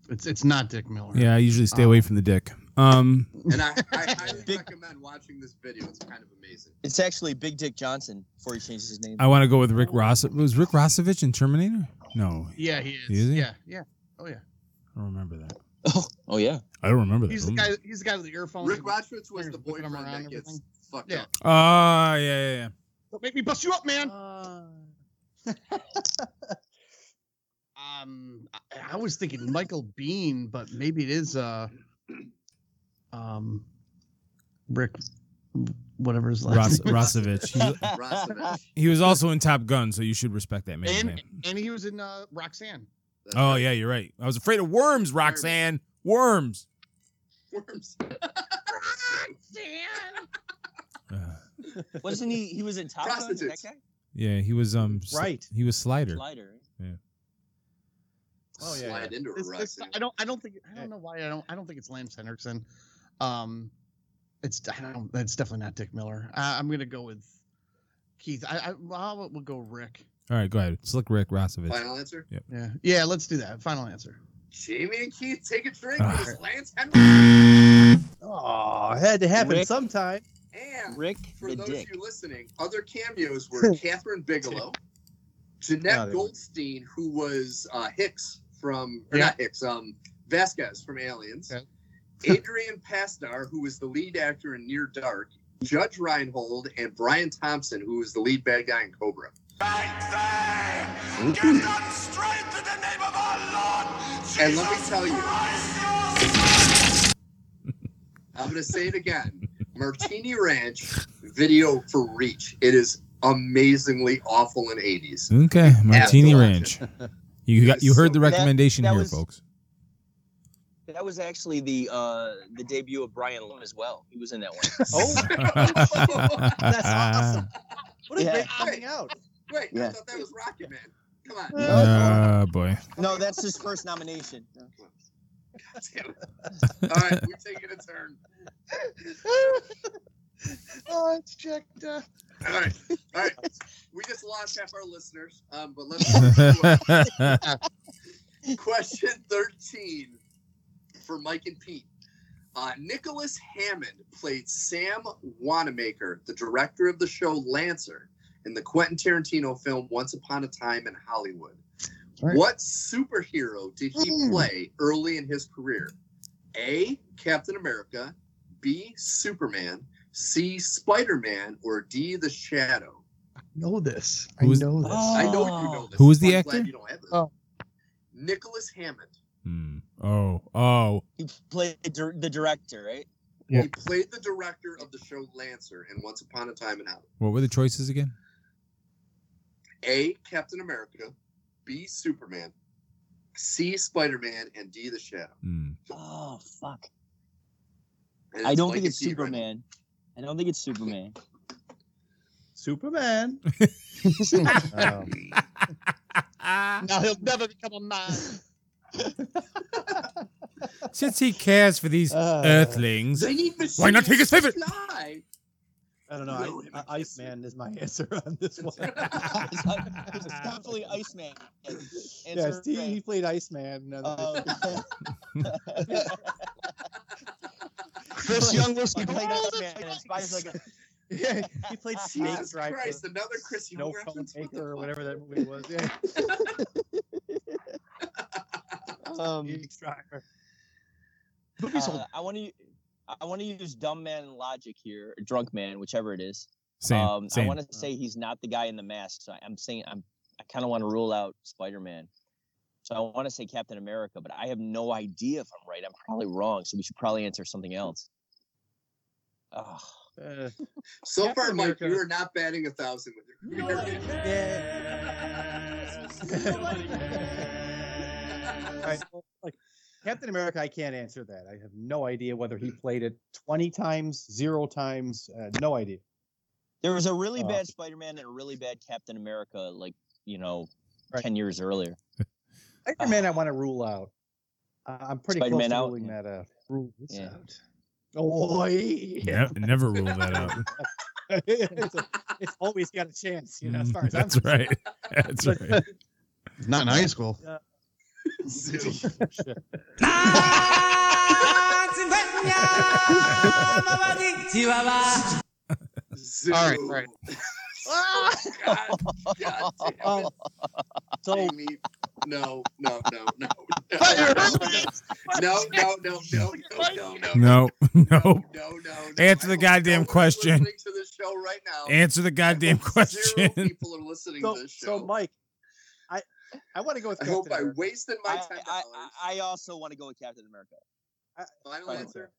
it's it's not Dick Miller. Yeah, I usually stay away from the dick. Um, And I, I highly recommend watching this video. It's kind of amazing. It's actually Big Dick Johnson before he changes his name. I want to go with Rick Ross. Was Rick Rossovich in Terminator? No, yeah, he is. Is he? Yeah, yeah. Oh yeah. I don't remember that. Oh, oh yeah. I don't remember that. He's the guy. He's the guy with the earphones. Rick and- Rossovich was the Fingers whipping 'em boyfriend around that and gets everything. fucked Yeah. up. Ah, yeah, yeah, yeah. Don't make me bust you up, man. Uh, Um, I, I was thinking Michael Bean, but maybe it is uh, um, Rick, whatever his last <laughs> Ross, name. is. Rossovich. He's- <laughs> Rossovich. he was also in Top Gun, so you should respect that man's And name. and he was in uh, Roxanne. That's Oh right. yeah, you're right. I was afraid of worms, Roxanne. Worms. Worms. Uh, <laughs> Wasn't he? He was in Top Gun. That Prostitutes. guy. yeah, he was um. sl- Right. He was Slider. Slider. Oh yeah, slide yeah. into It's- a rock. it's- I don't. I don't think. I don't know why. I don't. I don't think it's Lance Henriksen. Um, it's. I don't. It's definitely not Dick Miller. I, I'm gonna go with Keith. I. I will we'll go Rick. All right, go ahead. Slick Rick Rossovich. Final answer. Yep. Yeah. Yeah. Let's do that. Final answer. Jamie and Keith take a drink. Ah. It's Lance Henriksen. Oh, it had to happen Rick. sometime. And Rick for the those Dick. of you listening, other cameos <laughs> were Catherine Bigelow, Jeanette No, they weren't. Goldstein, who was uh, Hicks from or Yeah. not Hicks, um, Vasquez from Aliens, Okay. <laughs> Adrian Pastar, who was the lead actor in Near Dark, Judge Reinhold, and Brian Thompson, who was the lead bad guy in Cobra. Back there! Get up straight to the name of our Lord! Jesus And let me tell you- Christ, your I'm going to say <laughs> it again. Martini Ranch video for Reach. It is amazingly awful in <laughs> 80s. Okay, Absolutely. Martini Ranch. You got you heard the That- recommendation that here, was- folks. That was actually the uh the debut of Brian Lynn as well. He was in that one. <laughs> Oh, <laughs> That's awesome. What a Yeah. great coming out. Wait, I Yeah. thought that was Rocket Man. Come on. Ah, <laughs> boy. No, that's his first nomination. <laughs> Damn it. All right, we're taking a turn. <laughs> Oh, it's checked. Uh, All right, all right. We just lost half our listeners, um, but <laughs> let's <laughs> question thirteen for Mike and Pete. Uh, Nicholas Hammond played Sam Wanamaker, the director of the show Lancer, in the Quentin Tarantino film Once Upon a Time in Hollywood. Right. Hmm. What superhero did he play early in his career? A. Captain America, B. Superman, C. Spider Man, or D. The Shadow? know this. Who was- <laughs> I know this. I know you know this. Who was but the I'm glad actor? You don't have this. Oh. Nicholas Hammond. Hmm. Oh, oh. He played the dir- the director, right? Yeah. He played the director of the show Lancer in Once Upon a Time in Hollywood. What were the choices again? A. Captain America, B. Superman, C. Spider Man, and D. The Shadow. Hmm. Oh fuck! And I don't like think a it's D right now. Superman. I don't think it's Superman. <laughs> Superman. <laughs> Um, now he'll never become a man. Since he cares for these Uh, earthlings, <laughs> They need Why not take his machines to favorite? fly. I don't know. I, I, Iceman is my answer on this one. It's not- Uh, it's definitely Iceman. Yes, yes, he, he played Iceman. and Um, Chris Young was he played Oh, Iceman. that's and right. Spider's like a- yeah, he played Snake Jesus Driver. Christ, another Chris No Hemsworth. phone maker or whatever that movie was. Yeah, um, Snake Driver. Movies uh, I want to. I want to use dumb man logic here, or drunk man, whichever it is. same, um, I same. want to say he's not the guy in the mask. So I'm saying I'm. I kind of want to rule out Spider Man. So I want to say Captain America, but I have no idea if I'm right. I'm probably wrong. So we should probably answer something else. Ugh. Uh, So Captain far, Mike, America. you are not batting a thousand with your career. yeah. I- like, Captain America, I can't answer that. I have no idea whether he played it 20 times, zero times, uh, no idea. There was a really Uh, bad Spider Man and a really bad Captain America, like you know, Right. ten years earlier. <laughs> Spider Man, I want to rule out. Uh, I'm pretty close Spider-Man to out, ruling yeah. that out. Rule this Yeah. out. Oh, yeah. Ne- never rule that out. <laughs> it's, a- it's always got a chance, you know, as far as <laughs> That's I'm right. That's But- right. Not in high school. Zoom. concerned. Zoom. All right, all right. God, God damn it. So, Jamie, no, no, no, no. No, Fire! <laughs> no, no, no, no, no, no, no. No, <laughs> no. No, no, no. Answer the I hope goddamn no one's question. listening To this show right now. Answer the goddamn <laughs> Zero question. <laughs> people are listening so, to this so, show. Mike, I I want to go with I Captain hope I America. wasted my I, ten I, dollars. I I also want to go with Captain America. Final Final answer.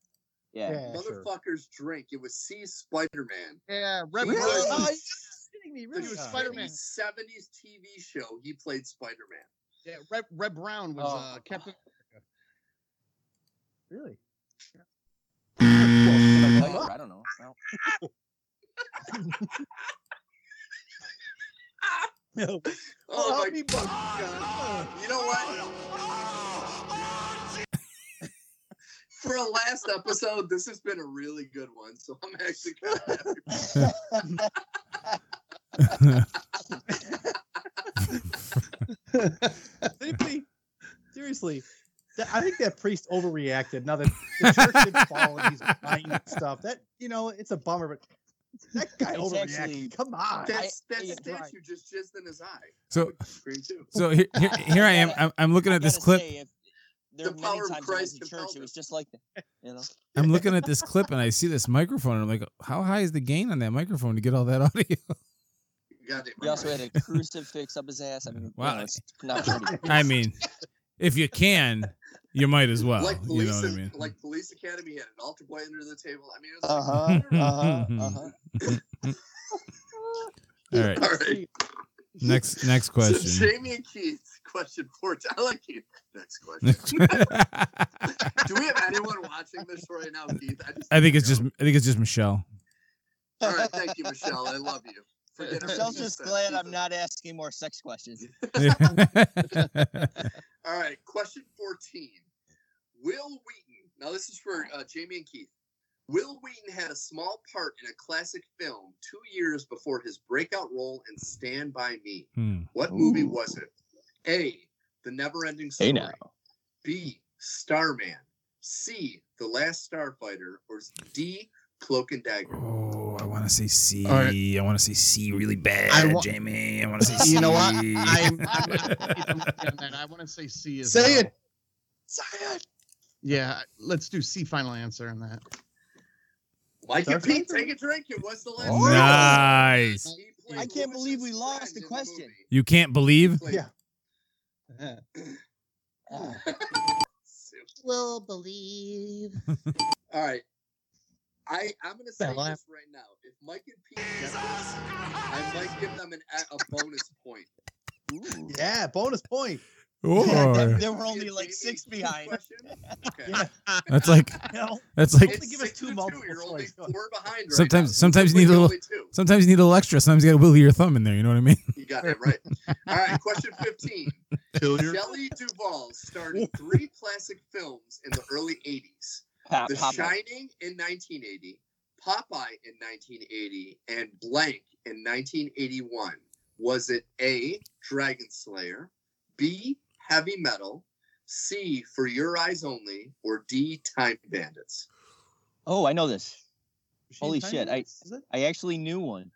Yeah. Yeah, sure. Motherfuckers drink. It was C Spider Man. Yeah, Red Really? Hood. Oh, you're kidding me, really? Dude, Spider-Man. Seventies TV show. He played Spider Man. Yeah, Red, Red Brown was Oh. uh, Captain. Really? Whatever, I don't know. I don't- No. Oh, my God. You know what? For a last episode, this has been a really good one, so I'm actually kind of happy. Seriously, seriously, that- I think that priest overreacted. Now that the church <laughs> did fall and he's buying stuff, that you know, it's a bummer. But that guy It's overreacted. actually- Come on, That's that yeah, statue right. just jizzed in his eye. So Scream too. so here here, here I am. I'm, I'm looking I at this gotta clip. say, if- there The were power many of times I Christ was in church, compelled it it. was just like that. You know, I'm looking at this clip and I see this microphone and I'm like, how high is the gain on that microphone to get all that <laughs> audio? Goddamn. he also had a crucifix up his ass. I mean, Wow. wow, it's not <laughs> pretty. I mean, <laughs> if you can, you might as well. like you know police, what I and- mean? like police academy had an altar boy under the table. I mean, it was Uh like, <laughs> huh. Uh hmm. huh. Uh huh. all right. all right. Next next So question. Jamie and Keith, question four. I like Keith. Next question. <laughs> Next- I Do we have anyone watching this right now, Keith? I, just think it's just <laughs> I think it's just Michelle. <laughs> <laughs> All right, thank you, Michelle. I love you. Forget everything Michelle's you just said. glad Jesus. I'm not asking more sex questions. All right, question 14. Will Wheaton, now this is for uh, Jamie and Keith. Will Wheaton had a small part in a classic film two years before his breakout role in Stand By Me. Hmm. What movie Ooh. was it? A. The Never Ending Story. Hey, now. B. Starman. C. The Last Starfighter. Or D. Cloak and Dagger. Oh, I want to say C. I All want to say C really bad, I wa- Jamie. I want to say C. You know what? I'm, I'm, I'm with you on that. I want to say C is. Say it. Yeah, let's do C final answer on that. Like it, Starfighter? Pete, take a drink. It was the last Starfighter. nice. He played Oh. I can't believe we Lewis's lost friend the in question. movie. You can't believe? Played- Yeah. will believe. All right. I I'm gonna say Yeah, well, I- this right now. If Mike and Pete get this, I might give them an a a bonus point. yeah, bonus <laughs> point. there, Or there were only Did like Jamie six get the behind. question? <laughs> Okay. Yeah. that's like No, that's like Only It's give us six two to multiple You're only choice. Go four behind. Right Sometimes- now. sometimes you need a Only little- two. <laughs> sometimes you need a little extra. Sometimes you got to wiggle your thumb in there. You know what I mean? You got it right. All right. Question 15. Failure. Shelley Duvall starred in three classic films in the early 80s: Pop, The pop, Shining in 1980, Popeye in 1980, and Blank in 1981. Was it A. Dragon Slayer, B. Heavy Metal, C. For Your Eyes Only, or D. Time Bandits? Oh, I know this. Machine Holy Time shit, I- Bandits, is it? I actually knew one.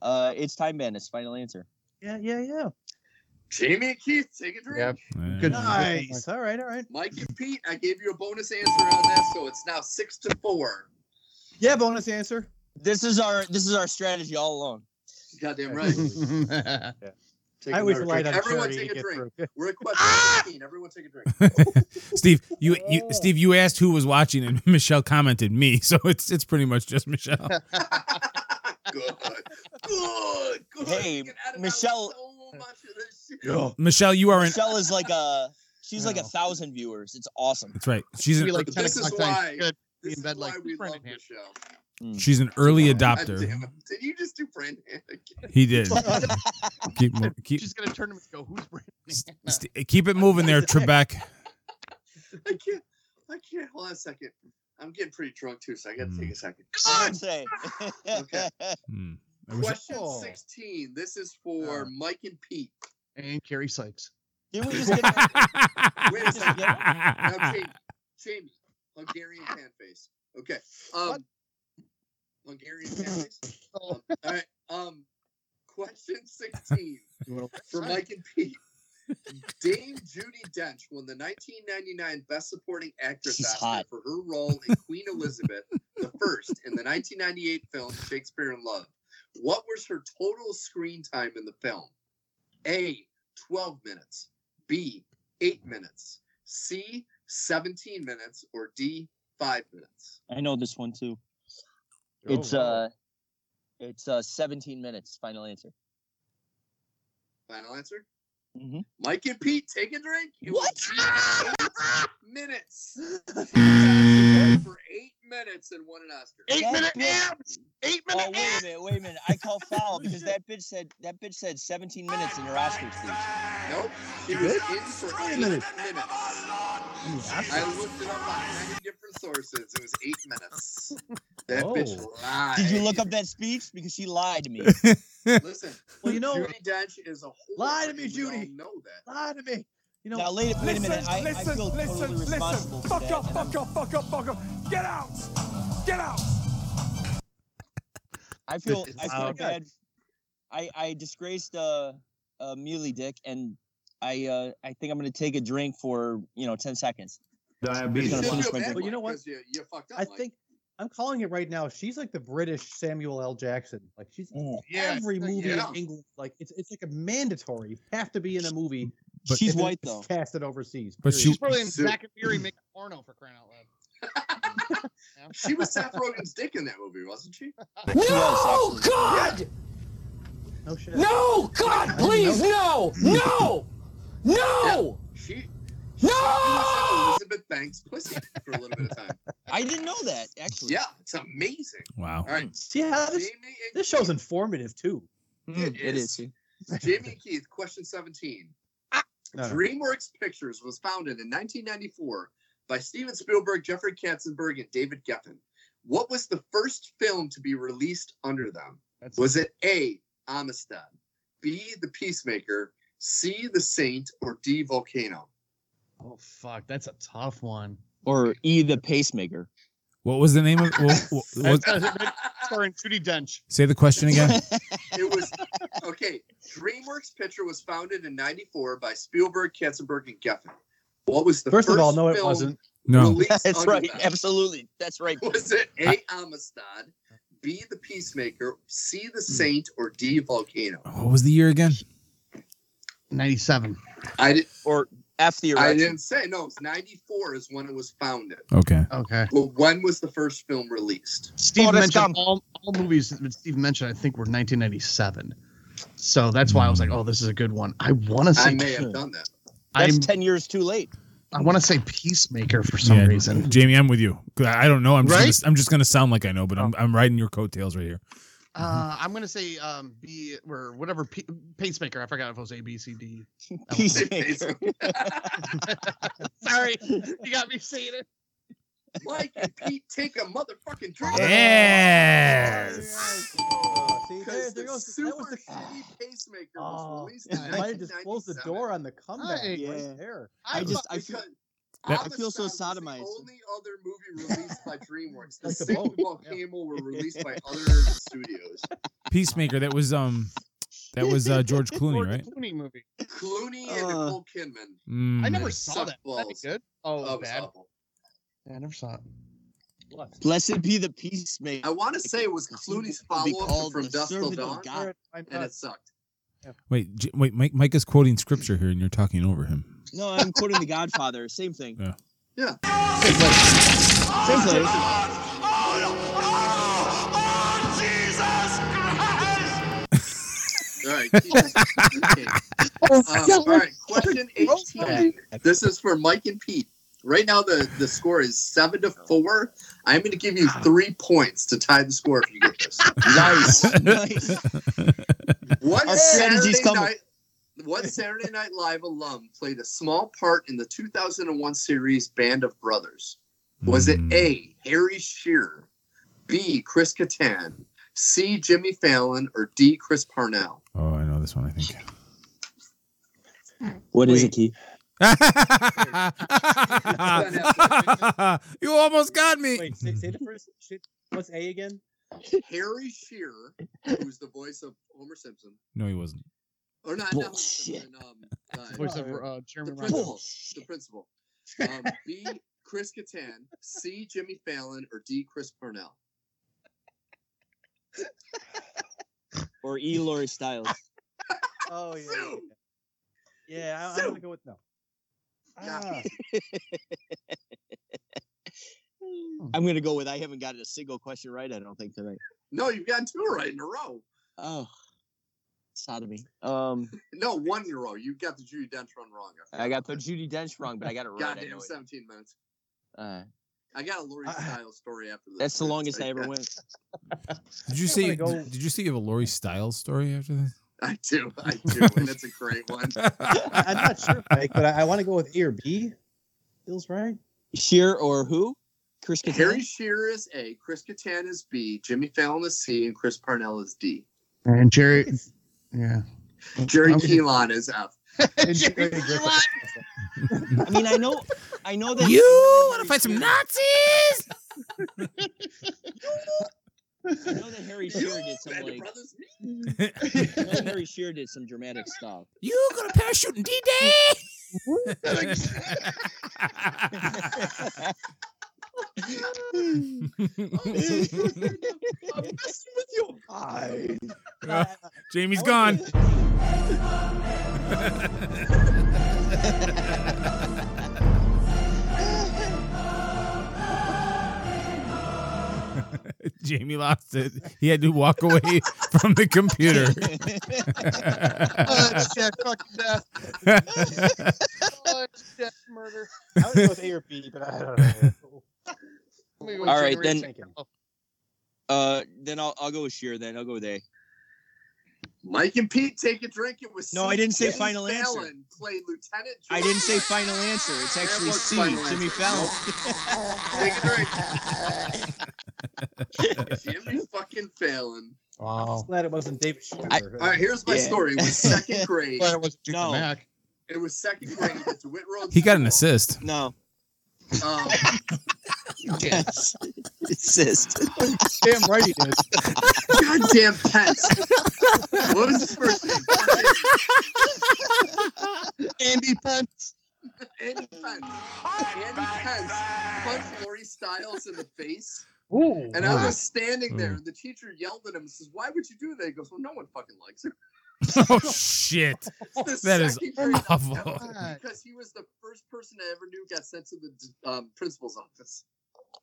Uh, it's Time Bandits. Final answer. Yeah, yeah, yeah. Jamie and Keith, take a drink. Yep. Uh, Good. Nice. All right, all right. Mike and Pete, I gave you a bonus answer on that, so it's now six to four. Yeah, bonus answer. This is our this is our strategy all along. Goddamn right. <laughs> <laughs> Take I always another relied drink. on Everyone charity take to a get drink. through. We're at question <laughs> 15. Everyone take a drink. <laughs> Steve, you, you Steve, you asked who was watching, and <laughs> Michelle commented me, <laughs> so it's it's pretty much <laughs> just Michelle. good. Good. Good. Hey, Get out of Michelle- So much of this shit. Michelle, you are an. Michelle is like a she's like a Wow. thousand viewers. It's awesome. That's right. She's Be an like 10 This is o'clock time. why- Good. Be This in is bed like why we love Brandon Hand. Michelle. she's an early God adopter. damn it. Did you just do Brandon Hand again? He <laughs> did. Keep mo- keep She's gonna turn him and go, <laughs> "Who's Brandon?" Hand?" st- keep it moving there, Trebek. I can't. I can't. Hold on a second. I'm getting pretty drunk too, so I got to Mm. take a second. I would say. Okay. Hmm. I wish- Question Oh. 16. This is for Uh. Mike and Pete. and Carrie Sykes. <laughs> Didn't <laughs> we just get a- Wait a second. Now, Jamie, Jamie, Hungarian fan face. Okay. What? Um, Hungarian fan face. Um, all right. Um, question <laughs> 16 for Mike and Pete. Dame Judy Dench won the 1999 Best Supporting Actress She's Oscar hot. for her role in Queen Elizabeth the First in the 1998 film Shakespeare in Love. What was her total screen time in the film? A. 12 minutes. B. 8 minutes. C. 17 minutes. Or D. 5 minutes. I know this one too. It's Oh, uh it's uh 17 minutes. Final answer. Final answer? hmm <laughs> Mike and Pete, take a drink. It was What? minutes. for eight minutes and won an Oscar. Eight minute abs. Eight minute. Oh wait a minute, wait a minute. I call foul because that bitch said that bitch said 17 minutes in her Oscar speech. Nope. She was in for eight minutes. I looked it up on many different sources. It was eight minutes. That bitch lied. Did you look up that speech? Because she lied to me. Listen, well, you know, Judi Dench is a whore. Lie to me, and we all Judy. Know that. lie to me. You know, Now, wait, wait a minute. I, I feel totally responsible for that. and I'm- up, fuck up, fuck up. Get out. Get out. I feel I feel Oh, God. bad. I I disgraced uh, uh Muley Dick, and I uh I think I'm gonna take a drink for you know 10 seconds. You Gonna should finish feel my bad, drink. Well, you know Mike, what? 'cause You, you fucked up. I Mike. think I'm calling it right now. She's like the British Samuel L. Jackson. Like she's in Yeah, every movie yeah. in England. Like it's it's like a mandatory. You have to be in a movie. But- She's and then white, it's though. Casted overseas. But period. she- She's probably in Sue. Zack and Fury making porno for crying out loud. she was Seth Rogen's dick in that movie, wasn't she? No, God! no shit. No, God, please, no, no, no, She. no. Elizabeth Banks pussy for a little bit of time. I didn't know that actually. Yeah, it's amazing. Wow. All right, Mm. See how this Jamie and this show's informative too. Mm, It it is. is. too. Jamie and Keith, question 17. Ah! No, no. DreamWorks Pictures was founded in 1994 by Steven Spielberg, Jeffrey Katzenberg, and David Geffen. What was the first film to be released under them? That's- Was it A, Amistad, B, The Peacemaker, C, The Saint, or D, Volcano? Oh fuck, that's a tough one. Or E the pacemaker. What was the name of? What, what, That's, that's, <laughs> starring Judy Dench. say the question <laughs> again. It was, okay, DreamWorks Picture was founded in 94 by Spielberg, Katzenberg, and Geffen. What was the First first, of all, no, it film wasn't. No. released That's under right. them? Absolutely. That's right. Was it A. Amistad, B. The Peacemaker, C. Hmm. The Saint, or D. Volcano? What was the year again? 97. I didn't. Or F the I erection. didn't say no. It's ninety four is when it was founded. Okay. Okay. But when was the first film released? Steve Forrest mentioned Gump. all, all movies that Steve mentioned, I think, were 1997. So that's why I was like, Hmm. oh, this is a good one. I want to I say may <laughs> have done that. That's I'm- 10 years too late. I want to say Peacemaker for some Yeah, reason. Jamie, I'm with you. I I don't know. I'm just Right? gonna, I'm just gonna sound like I know, but I'm I'm riding your coattails right here. Uh, I'm gonna say um, B or whatever P- pacemaker. I forgot if it was A B C D. <laughs> Peacemaker. Sorry, you got me saying it. Mike and Pete take a motherfucking drink. Yes. Oh, See, there, Because there the goes. super That was the. shitty pacemaker Oh, was released in I might have just closed the 1997. door on the comeback Hey. Yeah. right there. I just- I feel- because that- I feel so Amistad was sodomized. The only other movie released by DreamWorks, the Like the Sick boat. Volcano were released by other studios. Peacemaker. That was um, that was uh, George Clooney, George right? Clooney movie. Clooney and Uh, Nicole Kidman. Mm. I never Nice. saw Suck that. That'd be balls. good. Oh, Oh, it was bad. awful. Yeah, I never saw it. Blessed be the peacemaker. I want to say it was Clooney's follow-up to from Dust Till Dawn, All right, I'm and done. it sucked. Wait, J- wait. Mike, Mike is quoting scripture here, and you're talking over him. No, I'm quoting The Godfather. Same thing. Yeah. Yeah. Same place. Same <laughs> place. Oh, All right. Jesus. Okay. Um, all right. Question 18. This is for Mike and Pete. Right now, the, the score is seven to four. I'm going to give Ah. you three points to tie the score if you get this. <laughs> Nice. nice. What Our Saturday strategy's coming. night? What Saturday Night Live alum played a small part in the 2001 series Band of Brothers? Was it Mm. Hmm. A. Harry Shearer, B. Chris Kattan, C. Jimmy Fallon, or D. Chris Parnell? Oh, I know this one. I think. What is it, Keith? <laughs> you almost got me. <laughs> Wait, say, say the first. Shit. What's A again? Harry Shearer, who's the voice of Homer Simpson, No, he wasn't. or not? not Homer Bullshit. Simpson, um, uh, Voice of Alright. uh, Jeremy The <laughs> Renner. principal. The principal. Um, B. Chris Kattan, C. Jimmy Fallon, or D. Chris Parnell? Or E. Laurie <laughs> Styles. Oh yeah. Sue. Yeah, yeah I, I'm gonna go with no. Ah, Hmm. I'm gonna go with I haven't gotten a single question right. I don't think tonight. No, you've gotten two right in a row. Oh, sodomy. Um, No, one in a row. You got the Judy Dench one wrong. I got the Judy Dench wrong, but I got it right. I Goddamn, know it. 17 minutes. Uh, I got a Lori Styles story after this. That's the longest I ever went. Did you see? Did you see you have a Lori Styles story after this? <laughs> I do, I do, and it's a great one. I'm not sure, Mike, but I, I want to go with A or B. Feels right. Sheer or who? Chris Kattan. Harry Shearer is A, Chris Kattan is B, Jimmy Fallon is C, and Chris Parnell is D. And Jerry, yeah. Jerry I'm- Keelan is F. Jerry Keelan. I mean, I know, I know that You want to fight some <laughs> Nazis? I know that Harry Shearer did some like. I know Harry Shearer did some dramatic <laughs> stuff. You gonna parachute in D Day? <laughs> I'm messing with your eyes. Jamie's gone. <laughs> Jamie lost it. He had to walk away <laughs> from the computer. <laughs> Oh, shit, fucking death. oh, shit, murder. I would go with A or B, but I don't know. All right, then- Uh, then I'll I'll go with Shearer. Then I'll go with A. Mike and Pete take a drink. It was No, C. I didn't say Jimmy final answer. Fallon Played Lieutenant. I didn't say final answer. It's actually Airport C. final Jimmy answer. Fallon. Take a <laughs> <laughs> drink. Jimmy fucking Fallon. Wow. glad it wasn't David Shearer. I- All right, here's my Yeah. story. It <laughs> was second grade. Glad it wasn't Jacob No. Mack. It was second grade. It's Whitrow. He got an assist. <laughs> No, Um, Yes. <laughs> insist. Damn right he did. goddamn <laughs> Pence. what was his first name? Fucking Andy Pence. Andy Pence. Andy Pence punched Lori Styles in the face. Ooh. And I was standing there, Ooh. and the teacher yelled at him and says, Why would you do that? He goes, Well, no one fucking likes her. Oh shit! <laughs> The That is second grade- <laughs> awful. That was Because he was the first person I ever knew got sent to the um, principal's office.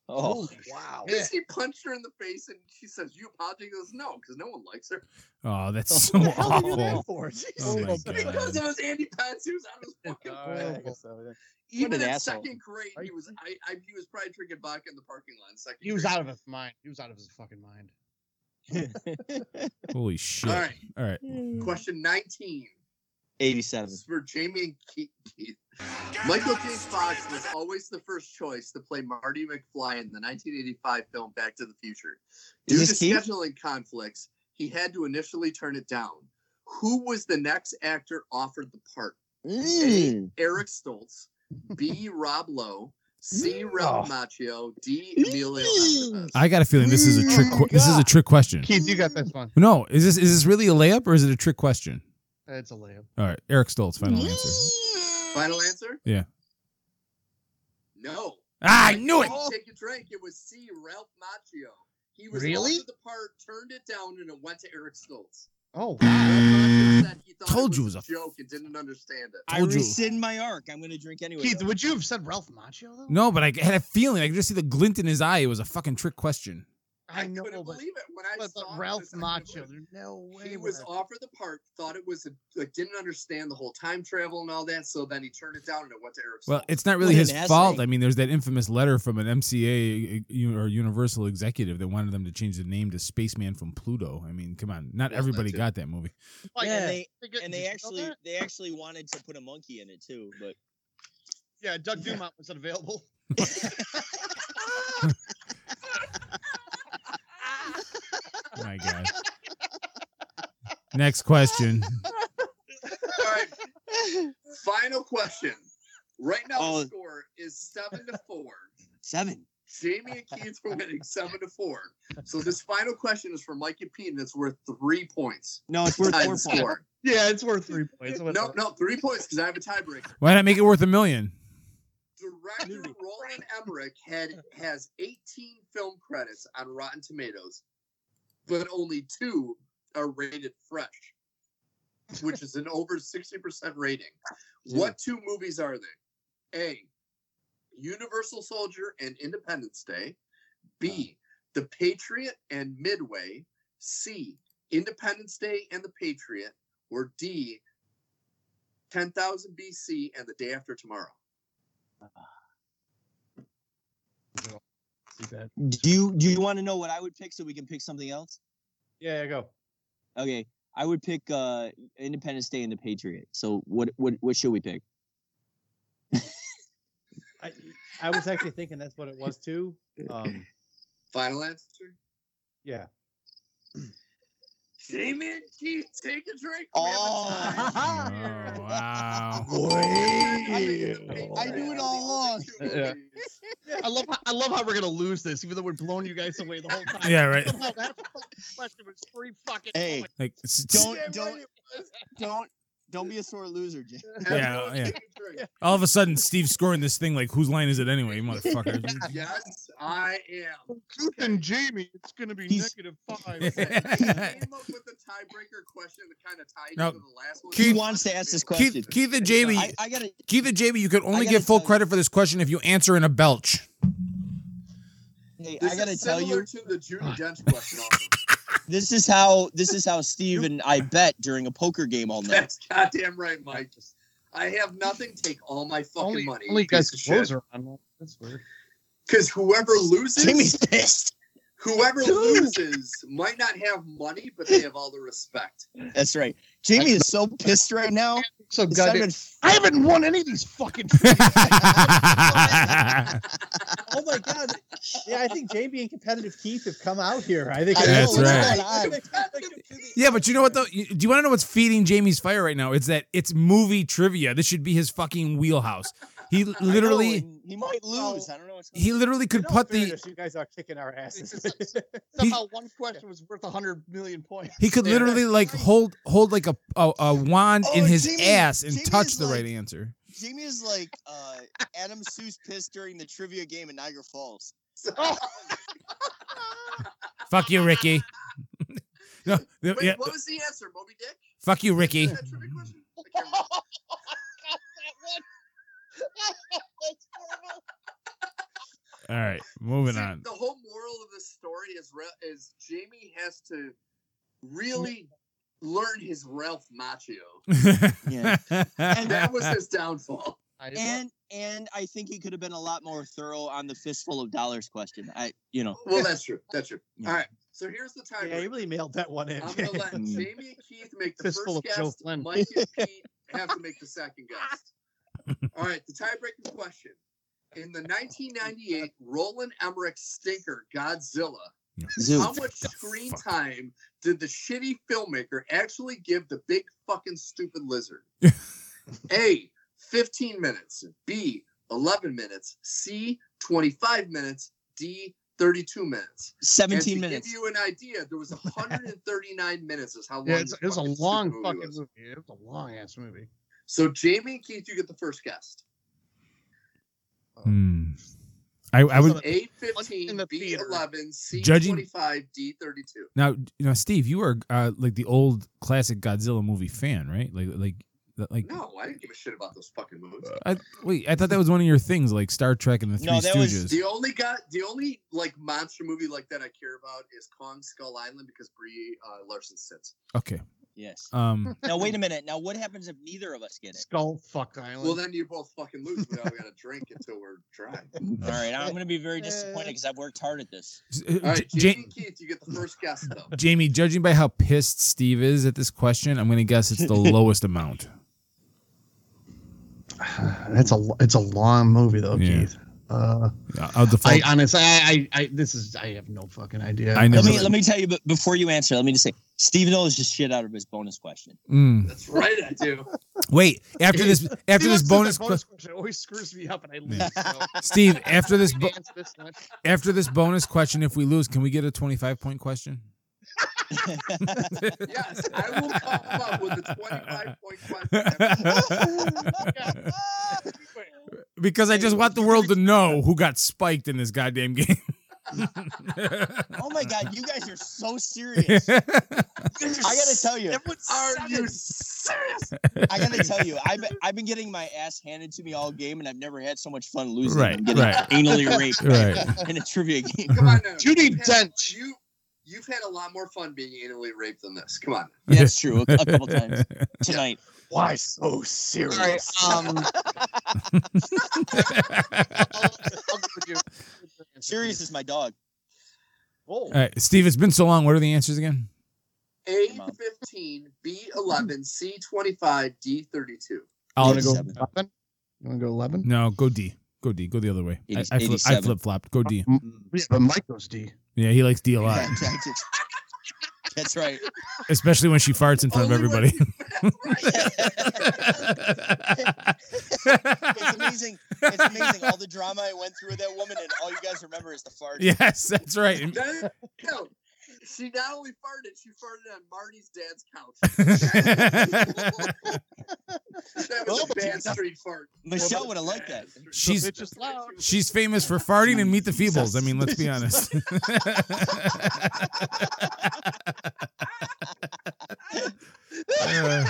Oh, wow. Because he punched her in the face, and she says, You apologize? He goes, No, because no one likes her. <laughs> Oh, that's so What the hell did you do that awful. <laughs> for? Oh my Jesus. Because god. it was Andy Pence, he was out of his fucking Oh, All right, I mind. guess so, yeah. Even an in asshole. second grade, he was I, I he was probably drinking vodka in the parking lot. In second, He was grade. out of his mind. He was out of his fucking mind. Holy shit! All right, All right. question nineteen. <laughs> eighty-seven. This is for Jamie and Keith. Keith. Michael J. Fox was always the first choice to play Marty McFly in the 1985 film Back to the Future. Due Is to this Keith? scheduling conflicts, he had to initially turn it down. Who was the next actor offered the part? Mm. Eric Stoltz, B. Rob Lowe, C. Mm. Ralph Oh. Macchio, D. Emilio Estevez. I got a feeling this is a trick. que- this is a trick question. Keith, you got this one. No, is this is this really a layup or is it a trick question? It's a layup. All right, Eric Stoltz, final answer. Final answer? Yeah. No. Ah, I knew it. Take a drink. It was C. Ralph Macchio. He was Really? offered the part, turned it down, and it went to Eric Stoltz. Oh, Ralph Macchio said he thought Ah. Told it you was a it was joke and didn't understand it. I Told you. rescind my arc. I'm gonna drink anyway. Keith, would you have said Ralph Macchio though? No, but I had a feeling. I could just see the glint in his eye. It was a fucking trick question. I know, couldn't but, believe it when I but, but saw Ralph this, I couldn't Macchio. believe There's no it. way He would was I- offered the part, thought it was a, like didn't understand the whole time travel and all that, so then he turned it down and it went to Eric. Well, Stoltz. it's not really What his an ass fault. leg. I mean, there's that infamous letter from an MCA u- uh, or Universal executive that wanted them to change the name to Spaceman from Pluto. I mean, come on, not Well, everybody that's it. got that movie. Like, Yeah, they- did and you they know actually that? they actually wanted to put a monkey in it too, but yeah, Doug Dumont was <laughs> unavailable. <laughs> My God. Next question. All <laughs> right. Final question. Right now, Oh. the score is seven to four. seven. Jamie and Keith are winning seven to four. So this final question is for Mike and Pete, and it's worth three points. No, it's <laughs> worth Tie four the points. score. yeah, it's worth three points. No, no, three points because I have a tiebreaker. Why not make it worth a <laughs> million? Director Roland Emmerich had has 18 film credits on Rotten Tomatoes, but only two are rated fresh, which is an over 60% rating. What two movies are they? A. Universal Soldier and Independence Day. B. The Patriot and Midway. C. Independence Day and The Patriot. Or D. 10,000 BC and The Day After Tomorrow. Do you do you want to know what I would pick so we can pick something else? Yeah, yeah, go. Okay, I would pick uh Independence Day and the Patriot. So what what what should we pick? I, I was actually thinking that's what it was too. Um, Final answer. yeah. Damon, Keith, take a drink. Oh, wow. Oh, <laughs> I knew it <laughs> all along. Yeah. I love how, I love how we're gonna lose this, even though we're blowing you guys away the whole time. Yeah, right. Somehow that question was free fucking. Hey, Like, s- s- don't don't <laughs> don't don't be a sore loser, Jim. yeah, yeah. All of a sudden, Steve's scoring this thing. Like, whose line is it anyway, motherfucker? <laughs> Yes, I am. Tooth and Jamie, it's gonna be He's- negative five. Listen, I <laughs> came up with a tiebreaker question that kind of tied No, into the last one. He wants to ask this question. Keith, Keith and Jamie, I, I gotta Keith and Jamie, you can only gotta get full tell you- credit for this question if you answer in a <laughs> belch. <laughs> hey, This I gotta is tell similar you, to the Judy Dench question. <laughs> Also. this is how this is how Steve and I bet during a poker game all night. That's goddamn right, Mike. I have nothing. Take all my fucking Only, money. only you guys clothes Because are on. That's weird. whoever loses, Jimmy's pissed. whoever loses might not have money, but they have all the respect. That's right. Jamie is so pissed right now. So It's goddamn. not I haven't won any of these <laughs> fucking. Oh my god. Yeah, I think JB and competitive Keith have come out here. I think I know, That's what's right. right. yeah, but you know what though? You- Do you want to know what's feeding Jamie's fire right now? It's that it's movie trivia. This should be his fucking wheelhouse. He even- <laughs> I know, literally, and he might lose. I don't know. What's going he literally could put the, you guys are kicking our asses. <laughs> Somehow one question was worth hundred million points. he could literally like hold hold like a a, a wand in Oh, his Jamie- ass and Jamie touch is the like- right answer. Jamie is like uh, Adam Seuss pissed during the trivia game in Niagara Falls. So, Fuck you, <laughs> Ricky. <laughs> no, the- wait, yeah, what was the answer, Moby Dick? fuck you, <laughs> Ricky. Was that a trivia question? I can't remember. All right, moving See, <laughs> on. The whole moral of this story is re- is Jamie has to really learn his Ralph Macchio, Yeah. and that was his downfall. And and I think he could have been a lot more thorough on the fistful of dollars question. I you know. Well, that's true. That's true. Yeah. All right. So here's the time. yeah, you really mailed that one in. <laughs> I'm gonna <laughs> let Mm. Jamie and Keith make the Fistful first of Joe guess. Flynn. Mike and <laughs> Pete have to make the second guess. All right, the tiebreaking question. In the 1998 Roland Emmerich stinker Godzilla, how Zoo. much screen time did the shitty filmmaker actually give the big fucking stupid lizard? A. 15 minutes. B. 11 minutes. C. 25 minutes. D. 32 minutes. And Seventeen to minutes. Give you an idea. There was 139 <laughs> minutes. Is how long. Yeah, it's, this it was a fucking stupid long movie fucking was. movie. It was a long ass movie. So Jamie and Keith, you get the first guess. Hmm. I, I would A in 15, the B theater. 11, C Judging- 25, D 32. now, you know, Steve. You are uh, like the old classic Godzilla movie fan, right? Like, like, that- like. No, I didn't give a shit about those fucking movies. Uh, I, wait, I thought that was one of your things, like Star Trek and the Three No, that was Stooges. The only got the only like monster movie like that I care about is Kong Skull Island because Brie uh, Larson sits. okay. Yes. Um. Now wait a minute. Now what happens if neither of us get it? Skull Fuck Island. Well, then you both fucking lose. We all got to <laughs> drink until we're dry. <laughs> All right, I'm gonna be very disappointed because I've worked hard at this. All right, uh, J- Jamie and Keith, you get the first guess though. Jamie, judging by how pissed Steve is at this question, I'm gonna <laughs> guess it's the lowest amount. That's a lo- it's a long movie though, Yeah. Keith. Uh, I'll I'll default. I honestly, I, I, I, this is, I have no fucking idea. I Let never- me let me tell you, but before you answer, let me just say, Steve knows the shit out of his bonus question. Mm. That's right, I do. Wait, after this, after this bonus, que- question, it always screws me up, and I lose. <laughs> so Steve, after this, I bo- can't answer this one. after this bonus question, if we lose, can we get a 25 point question? Yes, I will come up with a 25 point <laughs> question. <laughs> because I just want the world to know who got spiked in this goddamn game. oh my god, you guys are so serious. <laughs> I gotta tell you, Are you serious? I <laughs> gotta tell you, I've been, I've been getting my ass handed to me all game, and I've never had so much fun losing. <laughs> Right, I'm getting right. <laughs> anally raped right. in a <laughs> trivia game. Come on now. Judy You've had- Dench. You, you've had a lot more fun being anally raped than this. Come on. Yeah, that's true. A, <laughs> a couple times tonight. Why so All serious? right, <laughs> um, I'll, I'll go with you. Sirius is my dog. All right, Steve, it's been so long. What are the answers again? A fifteen, B eleven, C twenty five, D thirty two. I'll wanna go. Eleven? You want to go eleven? No, go D. Go D. Go the other way. I- I, flip, I 87. flip flopped. Go D. Yeah, but Mike goes D. Yeah, he likes D a <laughs> lot, That's right. especially when she farts in front of everybody. <laughs> it's amazing. It's amazing all the drama I went through with that woman, and all you guys remember is the fart. <laughs> yes, that's right. No, she not only farted, she farted on Marty's dad's couch. <laughs> that was a bad street fart. Michelle would have liked that. <laughs> <laughs> She's <laughs> she's famous for farting and meet the feebles. I mean, let's be honest. <laughs> Uh,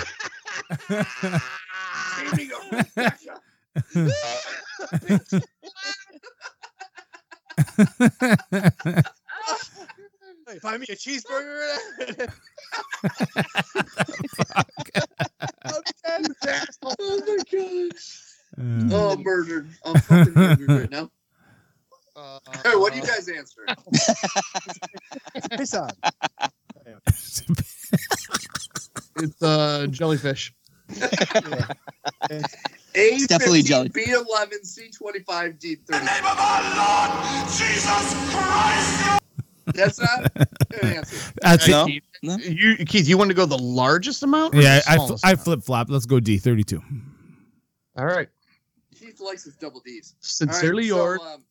Hey, buy me a cheeseburger. oh my gosh. Uh, Oh, I'm murdered. I'm fucking murdered right now. Uh, Hey, what do you guys <laughs> answer? Piss on. <laughs> It's uh, jellyfish. A definitely jelly. B eleven, C twenty five, D thirty. name of our Lord Jesus Christ. That's not an answer. that's No? Keith, No. You, Keith, you want to go the largest amount? or yeah. the I, smallest I amount? flip flop. Let's go D. Thirty two. All right. Keith likes his double D's. All right, Sincerely so, yours. um,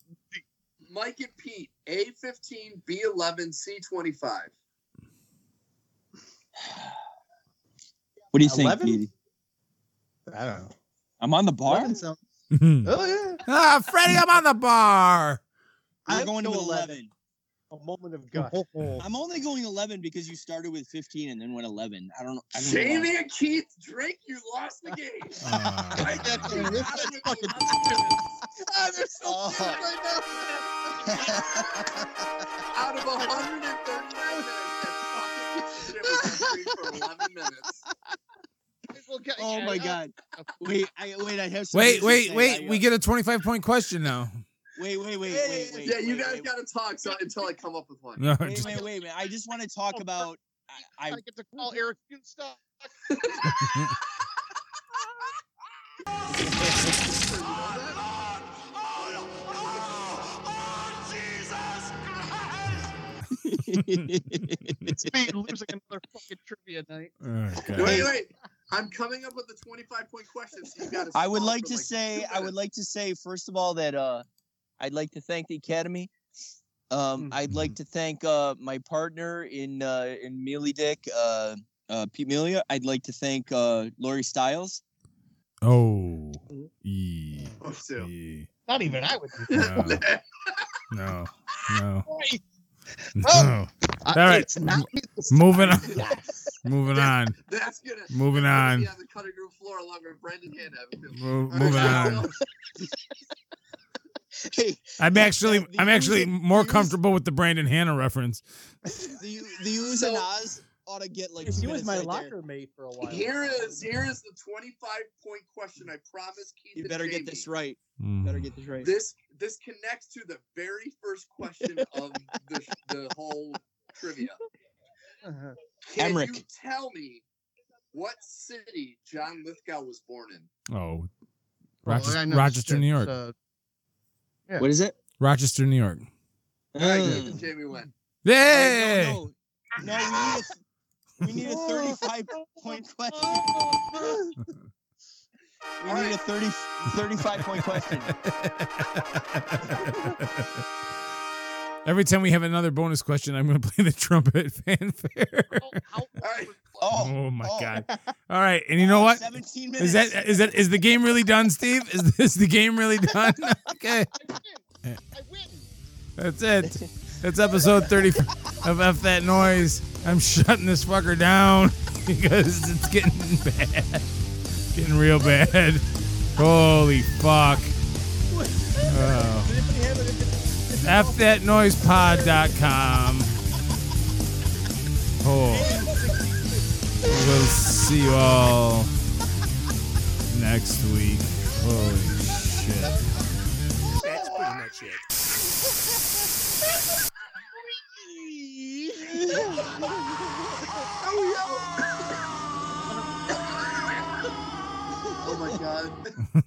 Mike and Pete, A fifteen, B eleven, C twenty five. What do you think? 11? Petey? uh, I don't know. I'm on the bar. Eleven sounds- Oh yeah. <laughs> ah, Freddie, I'm on the bar. We're I'd going go with 11. 11. A moment Oh, of gush. I'm only going 11 because you started with 15 and then went 11. I don't know. I don't know Oh, why. Jamie and Keith, Drake, you lost <laughs> the game. I got you. This How did you- Oh. Out of 139 minutes, that fucking it was on screen for 11 minutes. Oh my god. Wait, I wait, I have something Wait, to wait, say. wait. I- uh, We get a twenty five point question now. <laughs> Wait, wait, wait, wait, wait. yeah, you wait, guys wait. gotta talk so, until I come up with one. No, Wait, just- wait, wait, man. I just want to talk Oh, about I, I I get to call Eric Kunstock. Oh, <laughs> Me losing another fucking trivia night. Oh, God. Wait, wait. I'm coming up with a 25 point question, so you gotta. I would stall like for, to two say I would minutes. like to say first of all that uh I'd like to thank the academy. Um I'd Mm-hmm. like to thank uh my partner in uh in Mealy Dick uh uh Pete Melia. I'd like to thank uh Lori Styles. Oh. E. Oh, so. E. Not even I would. No. No. No. Wait. No. All right. It's not me this time. Moving on. Moving on. That's gonna. Moving that's gonna on. Be on the cutting room floor along with Brendan Hand. I would feel. Mo- All right, Moving so- on. <laughs> <laughs> Hey, I'm actually I'm actually more These- comfortable with the Brandon Hannah reference. the the Ooze and Oz ought to get like She two was minutes my right there. locker mate for a while. Here is here is the 25 point question. I promise, Keith. You and better Jamie. get this right. Mm. Better get this right. This this connects to the very first question of the, the whole trivia. Uh-huh. Can you Emmerich. tell me what city John Lithgow was born in? Oh, Well, Rochester, I know uh, Rochester, shit, New York. so- What is it? Rochester, New York. All right, Mm. Keith and <laughs> Jamie win. Yay! Oh, no, no. No, we need a, we need a <laughs> 35 point question. We need a <laughs> 30, 35 point question. <laughs> Every time we have another bonus question, I'm going to <laughs> play the trumpet fanfare. All right, Oh, Oh my oh. god! All right, and you know what? 17 minutes. Is that is that is the game really done, Steve? Is this the game really <laughs> done? Okay, I win. that's it. That's episode 30 of F That Noise. I'm shutting this fucker down <laughs> because it's getting bad. Getting real bad. Holy fuck. Oh. FThatNoisePod.com. Oh. We'll see you all next week. Holy shit. That's pretty much it. oh my god.